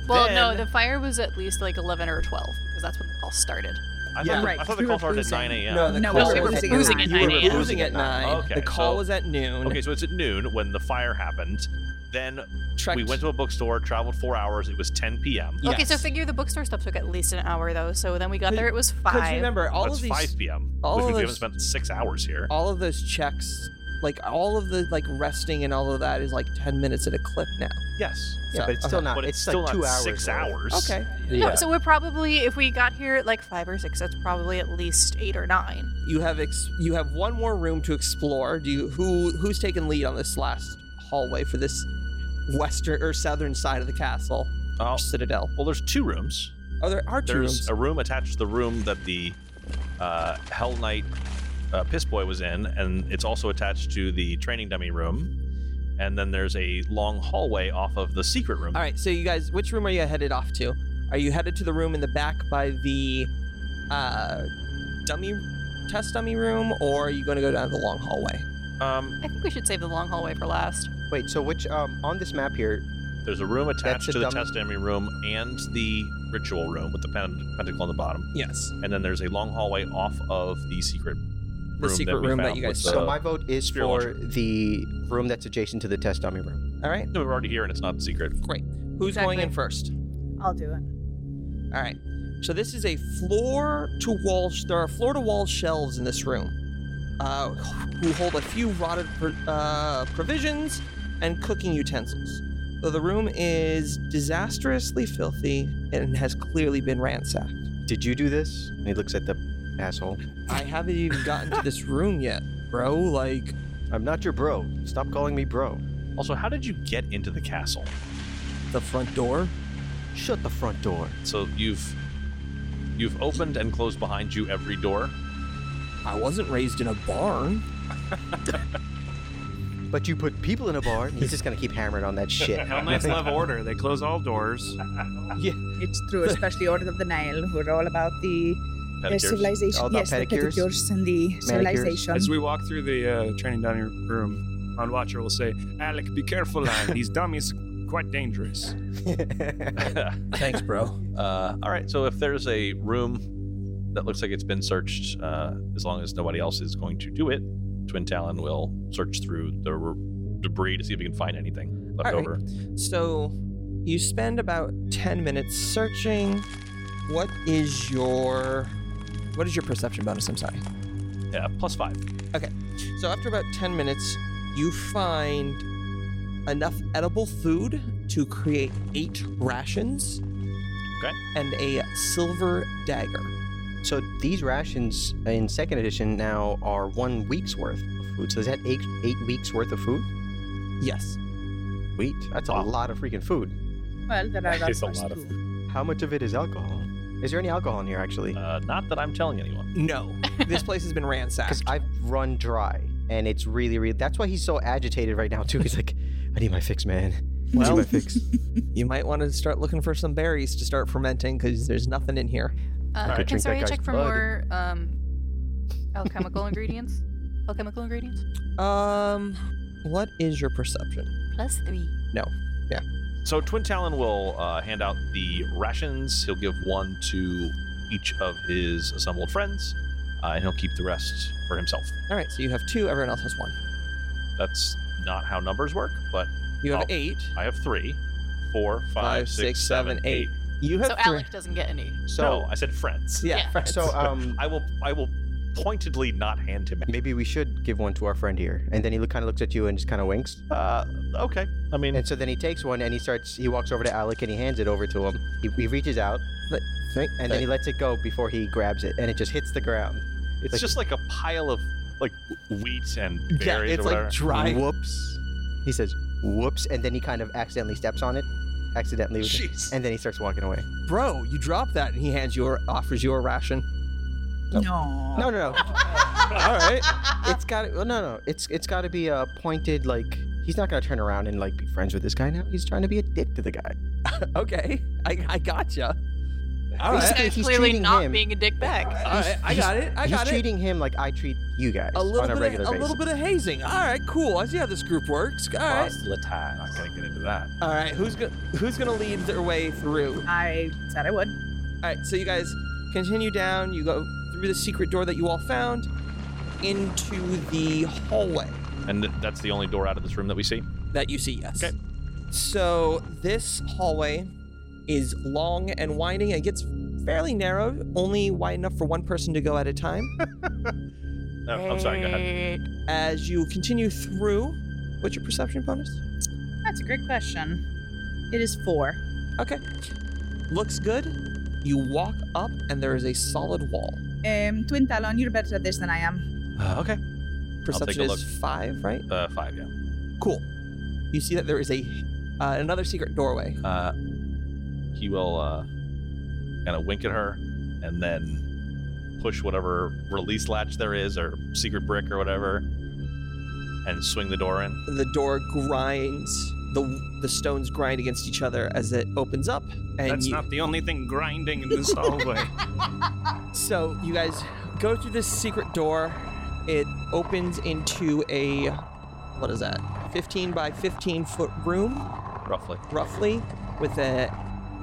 [SPEAKER 4] Well, no,
[SPEAKER 3] Then-
[SPEAKER 4] the fire was at least like 11 or 12 because that's when the call started.
[SPEAKER 3] I
[SPEAKER 1] Yeah.
[SPEAKER 3] thought, the-
[SPEAKER 6] Right,
[SPEAKER 3] I thought the
[SPEAKER 6] we were
[SPEAKER 3] call started at
[SPEAKER 6] boozing.
[SPEAKER 3] 9 a.m.
[SPEAKER 1] No, the
[SPEAKER 6] No,
[SPEAKER 1] call
[SPEAKER 6] we were
[SPEAKER 1] was at
[SPEAKER 6] boozing
[SPEAKER 1] nine.
[SPEAKER 6] at
[SPEAKER 1] You
[SPEAKER 4] 9
[SPEAKER 1] were
[SPEAKER 4] a.m.
[SPEAKER 1] boozing at nine.
[SPEAKER 3] Okay,
[SPEAKER 1] the call
[SPEAKER 3] so-
[SPEAKER 1] was at noon.
[SPEAKER 3] Okay, so it's at noon when the fire happened. Then
[SPEAKER 1] Trekked-
[SPEAKER 3] we went to a bookstore, traveled four hours. It was 10 p.m.
[SPEAKER 4] Okay, so
[SPEAKER 1] Yes.
[SPEAKER 4] figure the bookstore stuff took at least an hour though. So then we got
[SPEAKER 1] Cause-
[SPEAKER 4] there, it was
[SPEAKER 1] Because
[SPEAKER 4] five.
[SPEAKER 1] remember, all
[SPEAKER 3] That's
[SPEAKER 1] of these,
[SPEAKER 3] 5 p.m.
[SPEAKER 1] all
[SPEAKER 3] which
[SPEAKER 1] of
[SPEAKER 3] means we haven't
[SPEAKER 1] those-
[SPEAKER 3] spent six hours here.
[SPEAKER 1] all of those checks, like all of the like resting and all of that is like ten minutes at a clip now.
[SPEAKER 3] Yes,
[SPEAKER 1] So-
[SPEAKER 5] Yeah, but it's still
[SPEAKER 1] okay.
[SPEAKER 5] not.
[SPEAKER 3] but it's,
[SPEAKER 5] like
[SPEAKER 3] still
[SPEAKER 5] two
[SPEAKER 3] not
[SPEAKER 5] hours.
[SPEAKER 3] six
[SPEAKER 5] worth.
[SPEAKER 3] hours.
[SPEAKER 1] Okay,
[SPEAKER 4] No,
[SPEAKER 8] Yeah.
[SPEAKER 4] so we're probably if we got here at like five or six, that's probably at least eight or nine.
[SPEAKER 1] you have ex- you have one more room to explore. Do you who who's taking lead on this last hallway for this western or southern side of the castle
[SPEAKER 3] Oh,
[SPEAKER 1] or citadel?
[SPEAKER 3] well, there's two rooms.
[SPEAKER 1] Oh, there are two
[SPEAKER 3] There's
[SPEAKER 1] rooms.
[SPEAKER 3] a room attached to the room that the uh, Hell Knight uh, Piss Boy was in, and it's also attached to the training dummy room. And then there's a long hallway off of the secret room.
[SPEAKER 1] All right, so you guys, which room are you headed off to? Are you headed to the room in the back by the uh, dummy test dummy room, or are you going to go down the long hallway?
[SPEAKER 3] Um,
[SPEAKER 4] I think we should save the long hallway for last.
[SPEAKER 5] Wait, so which um on this map here?
[SPEAKER 3] there's a room attached
[SPEAKER 5] the
[SPEAKER 3] to the
[SPEAKER 5] dummy-
[SPEAKER 3] test dummy room and the ritual room with the pen- pentacle on the bottom.
[SPEAKER 1] Yes,
[SPEAKER 3] And then there's a long hallway off of the secret
[SPEAKER 1] the
[SPEAKER 3] room that
[SPEAKER 1] secret
[SPEAKER 3] we
[SPEAKER 1] room that
[SPEAKER 3] found
[SPEAKER 1] you
[SPEAKER 3] with
[SPEAKER 1] guys.
[SPEAKER 3] the-
[SPEAKER 5] So my vote is
[SPEAKER 3] spear
[SPEAKER 5] for
[SPEAKER 3] launcher.
[SPEAKER 5] the room that's adjacent to the test dummy room.
[SPEAKER 1] All right,
[SPEAKER 3] No, we're already here, and it's not secret.
[SPEAKER 1] who's going in
[SPEAKER 4] Exactly.
[SPEAKER 1] first?
[SPEAKER 6] I'll do it.
[SPEAKER 1] All right. So this is a floor to wall. There are floor to wall shelves in this room, uh, who hold a few rotted pr- uh, provisions and cooking utensils. Though the room is disastrously filthy and has clearly been ransacked.
[SPEAKER 5] Did you do this? And he looks at the asshole.
[SPEAKER 1] I haven't even gotten to this room yet, bro. Like,
[SPEAKER 5] I'm not your bro. Stop calling me bro.
[SPEAKER 3] Also, how did you get into the castle?
[SPEAKER 1] the front door.
[SPEAKER 5] Shut the front door.
[SPEAKER 3] So you've you've opened and closed behind you every door.
[SPEAKER 1] I wasn't raised in a barn. [LAUGHS]
[SPEAKER 5] But you put people in a bar. He's just gonna keep hammering on that shit.
[SPEAKER 7] Hell Knights love order. They close all doors.
[SPEAKER 6] It's true, especially Order of the Nile. We're all about the their
[SPEAKER 3] Pedicures.
[SPEAKER 6] civilization.
[SPEAKER 5] All about
[SPEAKER 6] yes, the
[SPEAKER 5] pedicures?
[SPEAKER 6] pedicures and the civilization.
[SPEAKER 7] As we walk through the uh, training dummy room, on Watcher will say, Alec, be careful, lad. These dummies quite dangerous.
[SPEAKER 3] [LAUGHS]
[SPEAKER 1] Thanks, bro.
[SPEAKER 3] Uh, all right. So if there's a room that looks like it's been searched, uh, as long as nobody else is going to do it, Twin Talon will search through the r debris to see if we can find anything left
[SPEAKER 1] All right.
[SPEAKER 3] over.
[SPEAKER 1] So you spend about 10 minutes searching. What is your What is your perception bonus? I'm sorry.
[SPEAKER 3] Yeah, plus five.
[SPEAKER 1] So after about 10 minutes, you find enough edible food to create eight rations.
[SPEAKER 3] Okay.
[SPEAKER 1] And a silver dagger.
[SPEAKER 5] So these rations in second edition now are one week's worth of food. So is that eight eight weeks worth of food?
[SPEAKER 1] Yes.
[SPEAKER 5] Wheat. That's
[SPEAKER 3] Wow.
[SPEAKER 5] a lot of freaking food.
[SPEAKER 6] Well, there are
[SPEAKER 8] That is
[SPEAKER 6] lots
[SPEAKER 8] a
[SPEAKER 6] much
[SPEAKER 8] lot of
[SPEAKER 6] too.
[SPEAKER 5] How much of it is alcohol? Is there any alcohol in here actually?
[SPEAKER 3] Uh, not that I'm telling anyone.
[SPEAKER 1] [LAUGHS] No. this place has been ransacked.
[SPEAKER 5] Because I've run dry, and it's really, really. That's why he's so agitated right now too. He's like, "I need my fix, man. I need my
[SPEAKER 1] Well,
[SPEAKER 3] [LAUGHS]
[SPEAKER 5] fix."
[SPEAKER 1] you might want to start looking for some berries to start fermenting because there's nothing in here.
[SPEAKER 9] Uh, Can
[SPEAKER 3] could
[SPEAKER 5] drink that
[SPEAKER 9] sorry
[SPEAKER 5] guy's
[SPEAKER 9] check for
[SPEAKER 5] blood.
[SPEAKER 9] more um, alchemical ingredients? Alchemical ingredients?
[SPEAKER 1] Um, what is your perception?
[SPEAKER 9] Plus three.
[SPEAKER 3] So Twin Talon will uh, hand out the rations. He'll give one to each of his assembled friends, uh, and he'll keep the rest for himself.
[SPEAKER 1] All right, so you have two. Everyone else has one.
[SPEAKER 3] That's not how numbers work, but
[SPEAKER 1] You have
[SPEAKER 3] Oh.
[SPEAKER 1] eight.
[SPEAKER 3] I have three, four,
[SPEAKER 1] Five, six, seven, eight. You have
[SPEAKER 9] So
[SPEAKER 1] three.
[SPEAKER 9] Alec doesn't get any.
[SPEAKER 5] So,
[SPEAKER 3] no, I said friends.
[SPEAKER 1] Yeah. uh,
[SPEAKER 9] Yeah.
[SPEAKER 1] friends.
[SPEAKER 5] so um,
[SPEAKER 3] [LAUGHS] uh, I will. I will pointedly not hand him.
[SPEAKER 5] maybe we should give one to our friend here. And then he look, kind of looks at you and just kind of winks.
[SPEAKER 3] Uh, okay. I mean,
[SPEAKER 5] And so then he takes one and he starts. He walks over to Alec and he hands it over to him. He, he reaches out
[SPEAKER 1] Thank-
[SPEAKER 5] and then he lets it go before he grabs it, and it just hits the ground.
[SPEAKER 3] it's
[SPEAKER 5] like-
[SPEAKER 3] just like a pile of like wheat and
[SPEAKER 1] yeah,
[SPEAKER 3] berries
[SPEAKER 1] it's
[SPEAKER 3] or whatever.
[SPEAKER 1] like dry.
[SPEAKER 5] Whoops. He says, "Whoops," and then he kind of accidentally steps on it, accidentally, with it,
[SPEAKER 3] Jeez.
[SPEAKER 5] and then he starts walking away.
[SPEAKER 1] Bro, you drop that and he hands you or offers you a ration.
[SPEAKER 6] No.
[SPEAKER 5] No, [LAUGHS] no, no.
[SPEAKER 1] All right.
[SPEAKER 5] it's got to no no it's it's got to be a pointed like he's not gonna turn around and like be friends with this guy now he's trying to be a dick to the guy
[SPEAKER 1] Okay. I, I gotcha. All
[SPEAKER 5] He's-
[SPEAKER 9] This
[SPEAKER 1] right.
[SPEAKER 5] Basically,
[SPEAKER 9] guy's
[SPEAKER 5] he's
[SPEAKER 9] clearly
[SPEAKER 5] treating
[SPEAKER 9] not
[SPEAKER 5] him-
[SPEAKER 9] being a dick back.
[SPEAKER 1] All right. I got it. I
[SPEAKER 5] he's
[SPEAKER 1] got it.
[SPEAKER 5] treating him like i treat you guys
[SPEAKER 1] A little
[SPEAKER 5] on a
[SPEAKER 1] bit
[SPEAKER 5] regular
[SPEAKER 1] of, a
[SPEAKER 5] basis
[SPEAKER 1] little bit of hazing. All right, cool. I see how this group works. All right.
[SPEAKER 8] Proselytize.
[SPEAKER 3] Not gonna get into that.
[SPEAKER 1] All right. Who's gonna Who's gonna lead their way through?
[SPEAKER 6] I said I would.
[SPEAKER 1] All right, so you guys continue down. You go through the secret door that you all found into the hallway
[SPEAKER 3] And th- that's the only door out of this room that we see.
[SPEAKER 1] that you see, yes.
[SPEAKER 3] Okay.
[SPEAKER 1] So this hallway is long and winding. It gets fairly narrow, only wide enough for one person to go at a time.
[SPEAKER 3] Oh, I'm sorry. Go ahead.
[SPEAKER 1] As you continue through, what's your perception bonus?
[SPEAKER 6] That's a great question. It is four.
[SPEAKER 1] Looks good. You walk up, and there is a solid wall.
[SPEAKER 6] Um, Twin Talon, you're better at this than I am.
[SPEAKER 3] Uh, okay.
[SPEAKER 1] Perception
[SPEAKER 3] a
[SPEAKER 1] is five, right?
[SPEAKER 3] Uh, five. Yeah.
[SPEAKER 1] Cool. You see that there is a uh, another secret doorway.
[SPEAKER 3] Uh, he will uh, kind of wink at her and then push whatever release latch there is or secret brick or whatever and swing the door in.
[SPEAKER 1] the door grinds the the stones grind against each other as it opens up and
[SPEAKER 7] That's
[SPEAKER 1] you,
[SPEAKER 7] not the only thing grinding in this hallway.
[SPEAKER 1] so you guys go through this secret door it opens into a what is that 15 by 15 foot room
[SPEAKER 3] Roughly.
[SPEAKER 1] roughly with a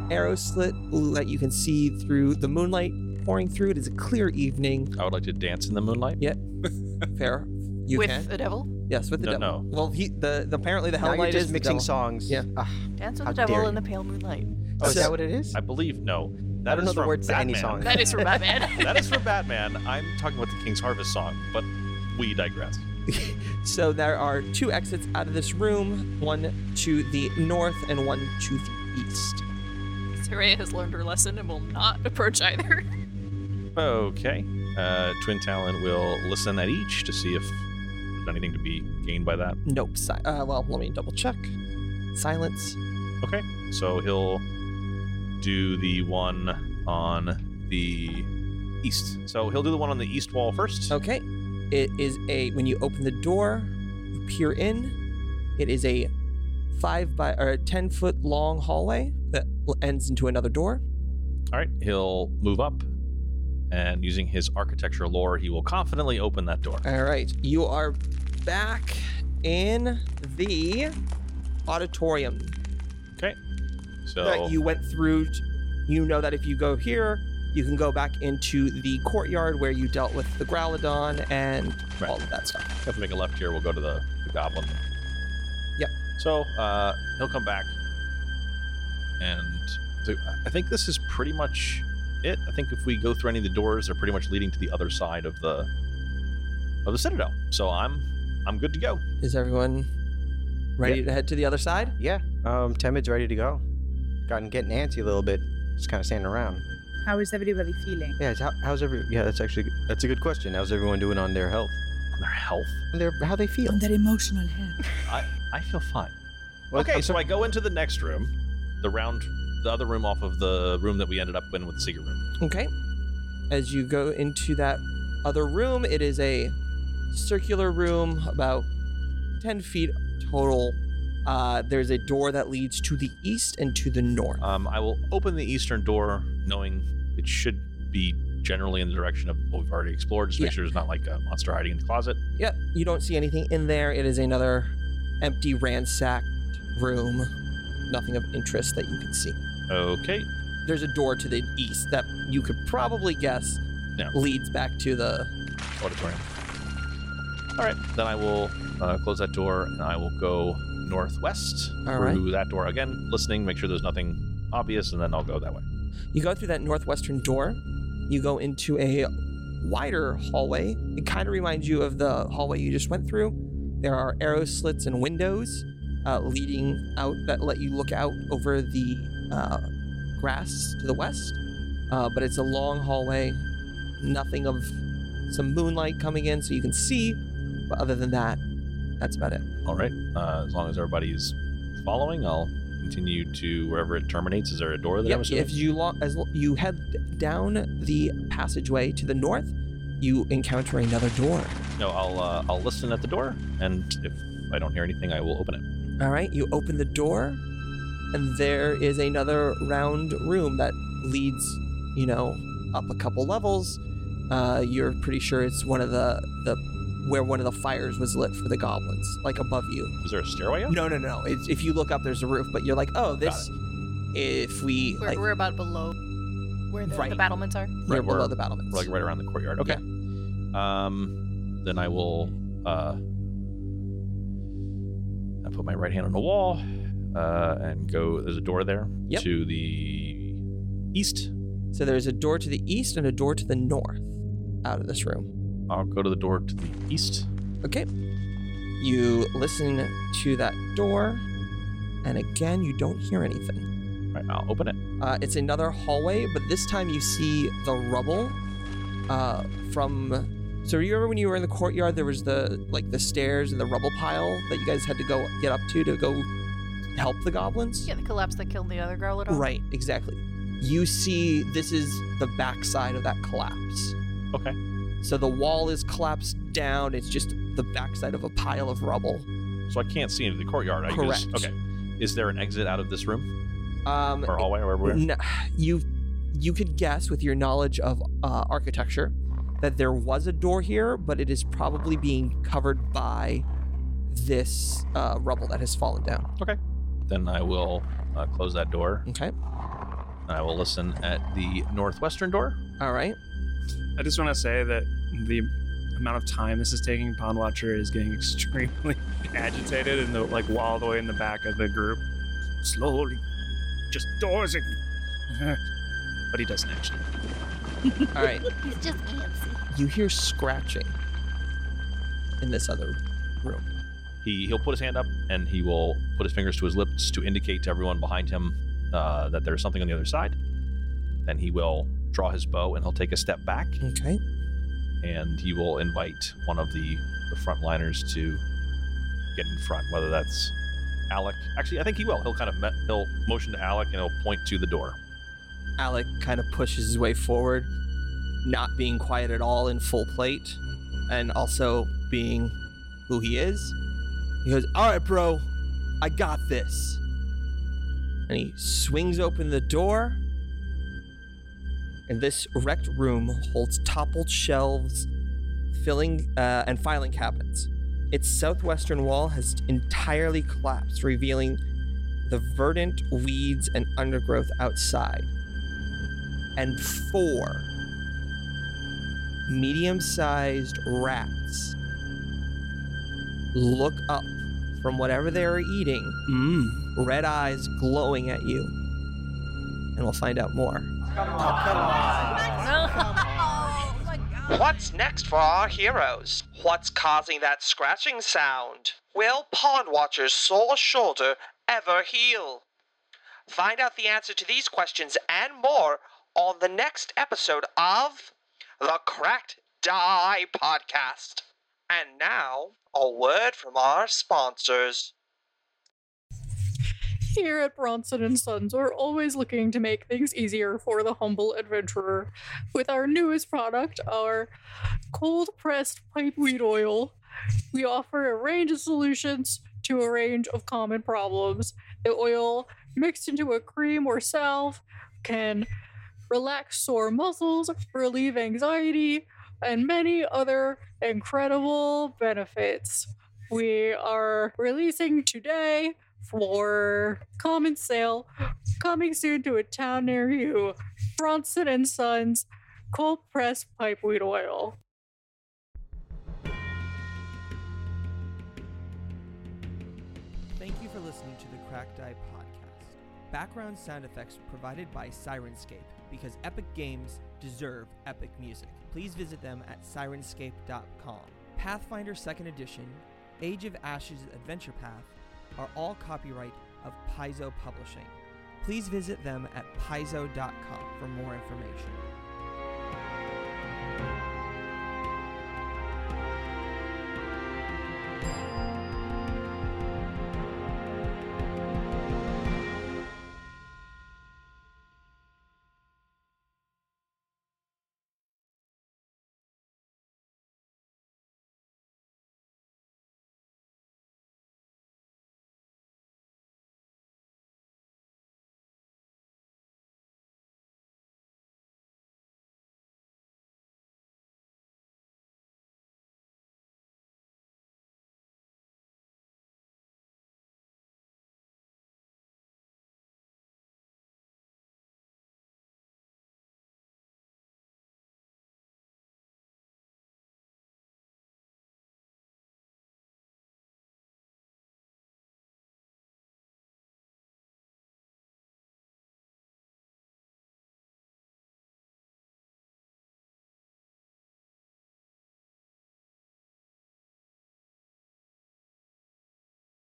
[SPEAKER 1] arrow slit that you can see through the moonlight pouring through it is a clear
[SPEAKER 3] [LAUGHS]
[SPEAKER 1] evening
[SPEAKER 3] I would like to dance in the moonlight.
[SPEAKER 1] fair you
[SPEAKER 9] With
[SPEAKER 1] can
[SPEAKER 9] the devil?
[SPEAKER 1] yes with the
[SPEAKER 3] No,
[SPEAKER 1] devil
[SPEAKER 3] no.
[SPEAKER 1] well he the, the apparently the
[SPEAKER 5] now
[SPEAKER 1] hell
[SPEAKER 5] you're
[SPEAKER 1] light
[SPEAKER 5] just
[SPEAKER 1] is the
[SPEAKER 5] mixing
[SPEAKER 1] devil.
[SPEAKER 5] songs
[SPEAKER 1] Yeah. Oh,
[SPEAKER 5] Ah,
[SPEAKER 9] Dance with
[SPEAKER 5] How
[SPEAKER 9] the devil
[SPEAKER 5] dare
[SPEAKER 9] in the pale [LAUGHS] moonlight.
[SPEAKER 5] oh, is
[SPEAKER 1] So-
[SPEAKER 5] that what it is
[SPEAKER 3] I believe no.
[SPEAKER 5] I
[SPEAKER 3] That
[SPEAKER 5] don't
[SPEAKER 3] is
[SPEAKER 5] know the
[SPEAKER 3] from
[SPEAKER 5] words to any
[SPEAKER 3] Batman.
[SPEAKER 5] song.
[SPEAKER 9] That is from [LAUGHS] Batman.
[SPEAKER 3] that is
[SPEAKER 5] [LAUGHS]
[SPEAKER 3] for Batman. I'm talking about the King's Harvest song, but we digress.
[SPEAKER 1] So there are two exits out of this room, one to the north and one to the east.
[SPEAKER 9] Saraya has learned her lesson and will not approach either.
[SPEAKER 3] Okay. Uh, Twin Talon will listen at each to see if there's anything to be gained by that.
[SPEAKER 1] Nope. Si- uh, well, let me double check. Silence.
[SPEAKER 3] Okay. So he'll do the one on the east. So he'll do the one on the east wall first.
[SPEAKER 5] Oh.
[SPEAKER 1] Okay. It is a when you open the door, you peer in. It is a five by or a ten foot long hallway that l- ends into another door.
[SPEAKER 3] All right. He'll move up, and using his architecture lore, he will confidently open that
[SPEAKER 5] [LAUGHS]
[SPEAKER 3] door.
[SPEAKER 1] All right, you are back in the auditorium
[SPEAKER 3] So
[SPEAKER 1] that you went through, t- you know that if you go here, you can go back into the courtyard where you dealt with the Growlodon and
[SPEAKER 3] Right.
[SPEAKER 1] all of that stuff.
[SPEAKER 3] if we make a left here, we'll go to the, the goblin.
[SPEAKER 1] Yep.
[SPEAKER 3] So uh, he'll come back, and so I think this is pretty much it. I think if we go through any of the doors, they're pretty much leading to the other side of the of the citadel. So I'm I'm good to go.
[SPEAKER 1] Is everyone ready to head to the other side?
[SPEAKER 5] Yeah, um, Temid's ready to go. Gotten getting antsy a little bit, just kind of standing around.
[SPEAKER 6] How is everybody feeling?
[SPEAKER 5] Yeah, it's how, how's every? Yeah, that's actually that's a good question. How's everyone doing on their health?
[SPEAKER 3] Their health.
[SPEAKER 5] On their how they feel?
[SPEAKER 6] On their emotional health.
[SPEAKER 3] I I feel fine.
[SPEAKER 5] Well,
[SPEAKER 3] okay,
[SPEAKER 5] I'm
[SPEAKER 3] so I go into the next room, the round, the other room off of the room that we ended up in with the secret room.
[SPEAKER 1] Okay. As you go into that other room, it is a circular room about 10 feet total. Uh, there's a door that leads to the east and to the north.
[SPEAKER 3] Um, I will open the eastern door, knowing it should be generally in the direction of what we've already explored. Just make
[SPEAKER 1] Yeah.
[SPEAKER 3] sure there's not like a monster hiding in the closet.
[SPEAKER 1] Yep, you don't see anything in there. It is another empty, ransacked room. Nothing of interest that you can see.
[SPEAKER 3] Okay,
[SPEAKER 1] There's a door to the east that you could probably guess
[SPEAKER 3] Yeah.
[SPEAKER 1] leads back to the
[SPEAKER 3] auditorium. All right, then I will uh, close that door and I will go northwest
[SPEAKER 1] All right.
[SPEAKER 3] through that door again, listening, make sure there's nothing obvious, and then I'll go that way.
[SPEAKER 1] You go through that northwestern door. You go into a wider hallway. It kind of reminds you of the hallway you just went through. There are arrow slits and windows uh, leading out that let you look out over the uh, grass to the west. Uh, but it's a long hallway. Nothing of some moonlight coming in, so you can see. But other than that, that's about it.
[SPEAKER 3] All right, uh, as long as everybody is following, I'll continue to wherever it terminates. Is there a door that I'm
[SPEAKER 1] Yep.
[SPEAKER 3] assuming?
[SPEAKER 1] If you lo- as lo- you head down the passageway to the north, you encounter another door.
[SPEAKER 3] No, I'll uh, I'll listen at the door, and if I don't hear anything, I will open it.
[SPEAKER 1] All right, you open the door, and there is another round room that leads, you know, up a couple levels. Uh, you're pretty sure it's one of the the where one of the fires was lit for the goblins, like above you.
[SPEAKER 3] Is there a stairway up?
[SPEAKER 1] No, no, no. It's, if you look up, there's a roof, but you're like, oh, this. If we
[SPEAKER 9] We're,
[SPEAKER 1] like,
[SPEAKER 9] we're about below where the, the
[SPEAKER 1] Right.
[SPEAKER 9] battlements are.
[SPEAKER 1] you're
[SPEAKER 3] Right,
[SPEAKER 1] below
[SPEAKER 3] we're-
[SPEAKER 1] the battlements.
[SPEAKER 3] Like right around the courtyard. Okay. Um, then I will uh, I put my right hand on the wall, uh, and go. There's a door there
[SPEAKER 1] Yep.
[SPEAKER 3] to the east.
[SPEAKER 1] So there's a door to the east and a door to the north, out of this room.
[SPEAKER 3] I'll go to the door to the east.
[SPEAKER 1] Okay. You listen to that door, and again, you don't hear anything.
[SPEAKER 3] All right, I'll open it.
[SPEAKER 1] Uh, it's another hallway, but this time you see the rubble uh, from. So you remember when you were in the courtyard, there was the like the stairs and the rubble pile that you guys had to go get up to to go help the goblins.
[SPEAKER 9] Yeah, the collapse that killed the other girl at all.
[SPEAKER 1] Right, exactly. You see, this is the backside of that collapse.
[SPEAKER 3] Okay.
[SPEAKER 1] So the wall is collapsed down. It's just the backside of a pile of rubble.
[SPEAKER 3] So I can't see into the courtyard. I Just,
[SPEAKER 1] Correct.
[SPEAKER 3] okay. Is there an exit out of this room
[SPEAKER 1] Um,
[SPEAKER 3] or hallway or wherever we're?
[SPEAKER 1] No, you you could guess with your knowledge of uh, architecture that there was a door here, but it is probably being covered by this uh, rubble that has fallen down.
[SPEAKER 3] Then I will uh, close that door.
[SPEAKER 1] Okay.
[SPEAKER 3] And I will listen at the northwestern door.
[SPEAKER 1] All right.
[SPEAKER 7] I just want to say that the amount of time this is taking, Pond Watcher is getting extremely [LAUGHS] agitated and the, like all the way in the back of the group. Slowly, just doors it. [LAUGHS] But he doesn't actually.
[SPEAKER 1] All
[SPEAKER 3] [LAUGHS]
[SPEAKER 1] right.
[SPEAKER 9] He's just antsy.
[SPEAKER 1] you hear scratching in this other room.
[SPEAKER 3] He he'll put his hand up and he will put his fingers to his lips to indicate to everyone behind him uh, that there's something on the other side. Then he will draw his bow and he'll take a step back
[SPEAKER 1] Okay.
[SPEAKER 3] and he will invite one of the, the frontliners to get in front, whether that's Alec. Actually, I think he will. He'll kind of me- he'll motion to Alec and he'll point to the door.
[SPEAKER 1] Alec kind of pushes his way forward, not being quiet at all in full plate, and also being who he is. He goes, All right, bro, I got this. And he swings open the door, and this wrecked room holds toppled shelves, filling uh, and filing cabinets. Its southwestern wall has entirely collapsed, revealing the verdant weeds and undergrowth outside and four medium sized rats look up from whatever they are eating,
[SPEAKER 7] Mm.
[SPEAKER 1] red eyes glowing at you. And we'll find out more
[SPEAKER 9] Oh my god.
[SPEAKER 10] What's next for our heroes? What's causing that scratching sound? Will Pawn Watcher's sore shoulder ever heal? Find out the answer to these questions and more on the next episode of the Cracked Die Podcast. And now, a word from our sponsors.
[SPEAKER 11] Here at Bronson and Sons, we're always looking to make things easier for the humble adventurer with our newest product, our cold pressed pipeweed oil. We offer a range of solutions to a range of common problems. The oil, mixed into a cream or salve, can relax sore muscles, relieve anxiety, and many other incredible benefits. We are releasing today for common sale, coming soon to a town near you. Bronson and Sons cold pressed pipeweed oil.
[SPEAKER 1] Thank you for listening to the Cracked Eye Podcast. Background sound effects provided by Sirenscape because epic games deserve epic music. Please visit them at sirenscape.com. Pathfinder 2nd Edition, Age of Ashes Adventure Path are all copyright of Paizo Publishing. Please visit them at paizo.com for more information.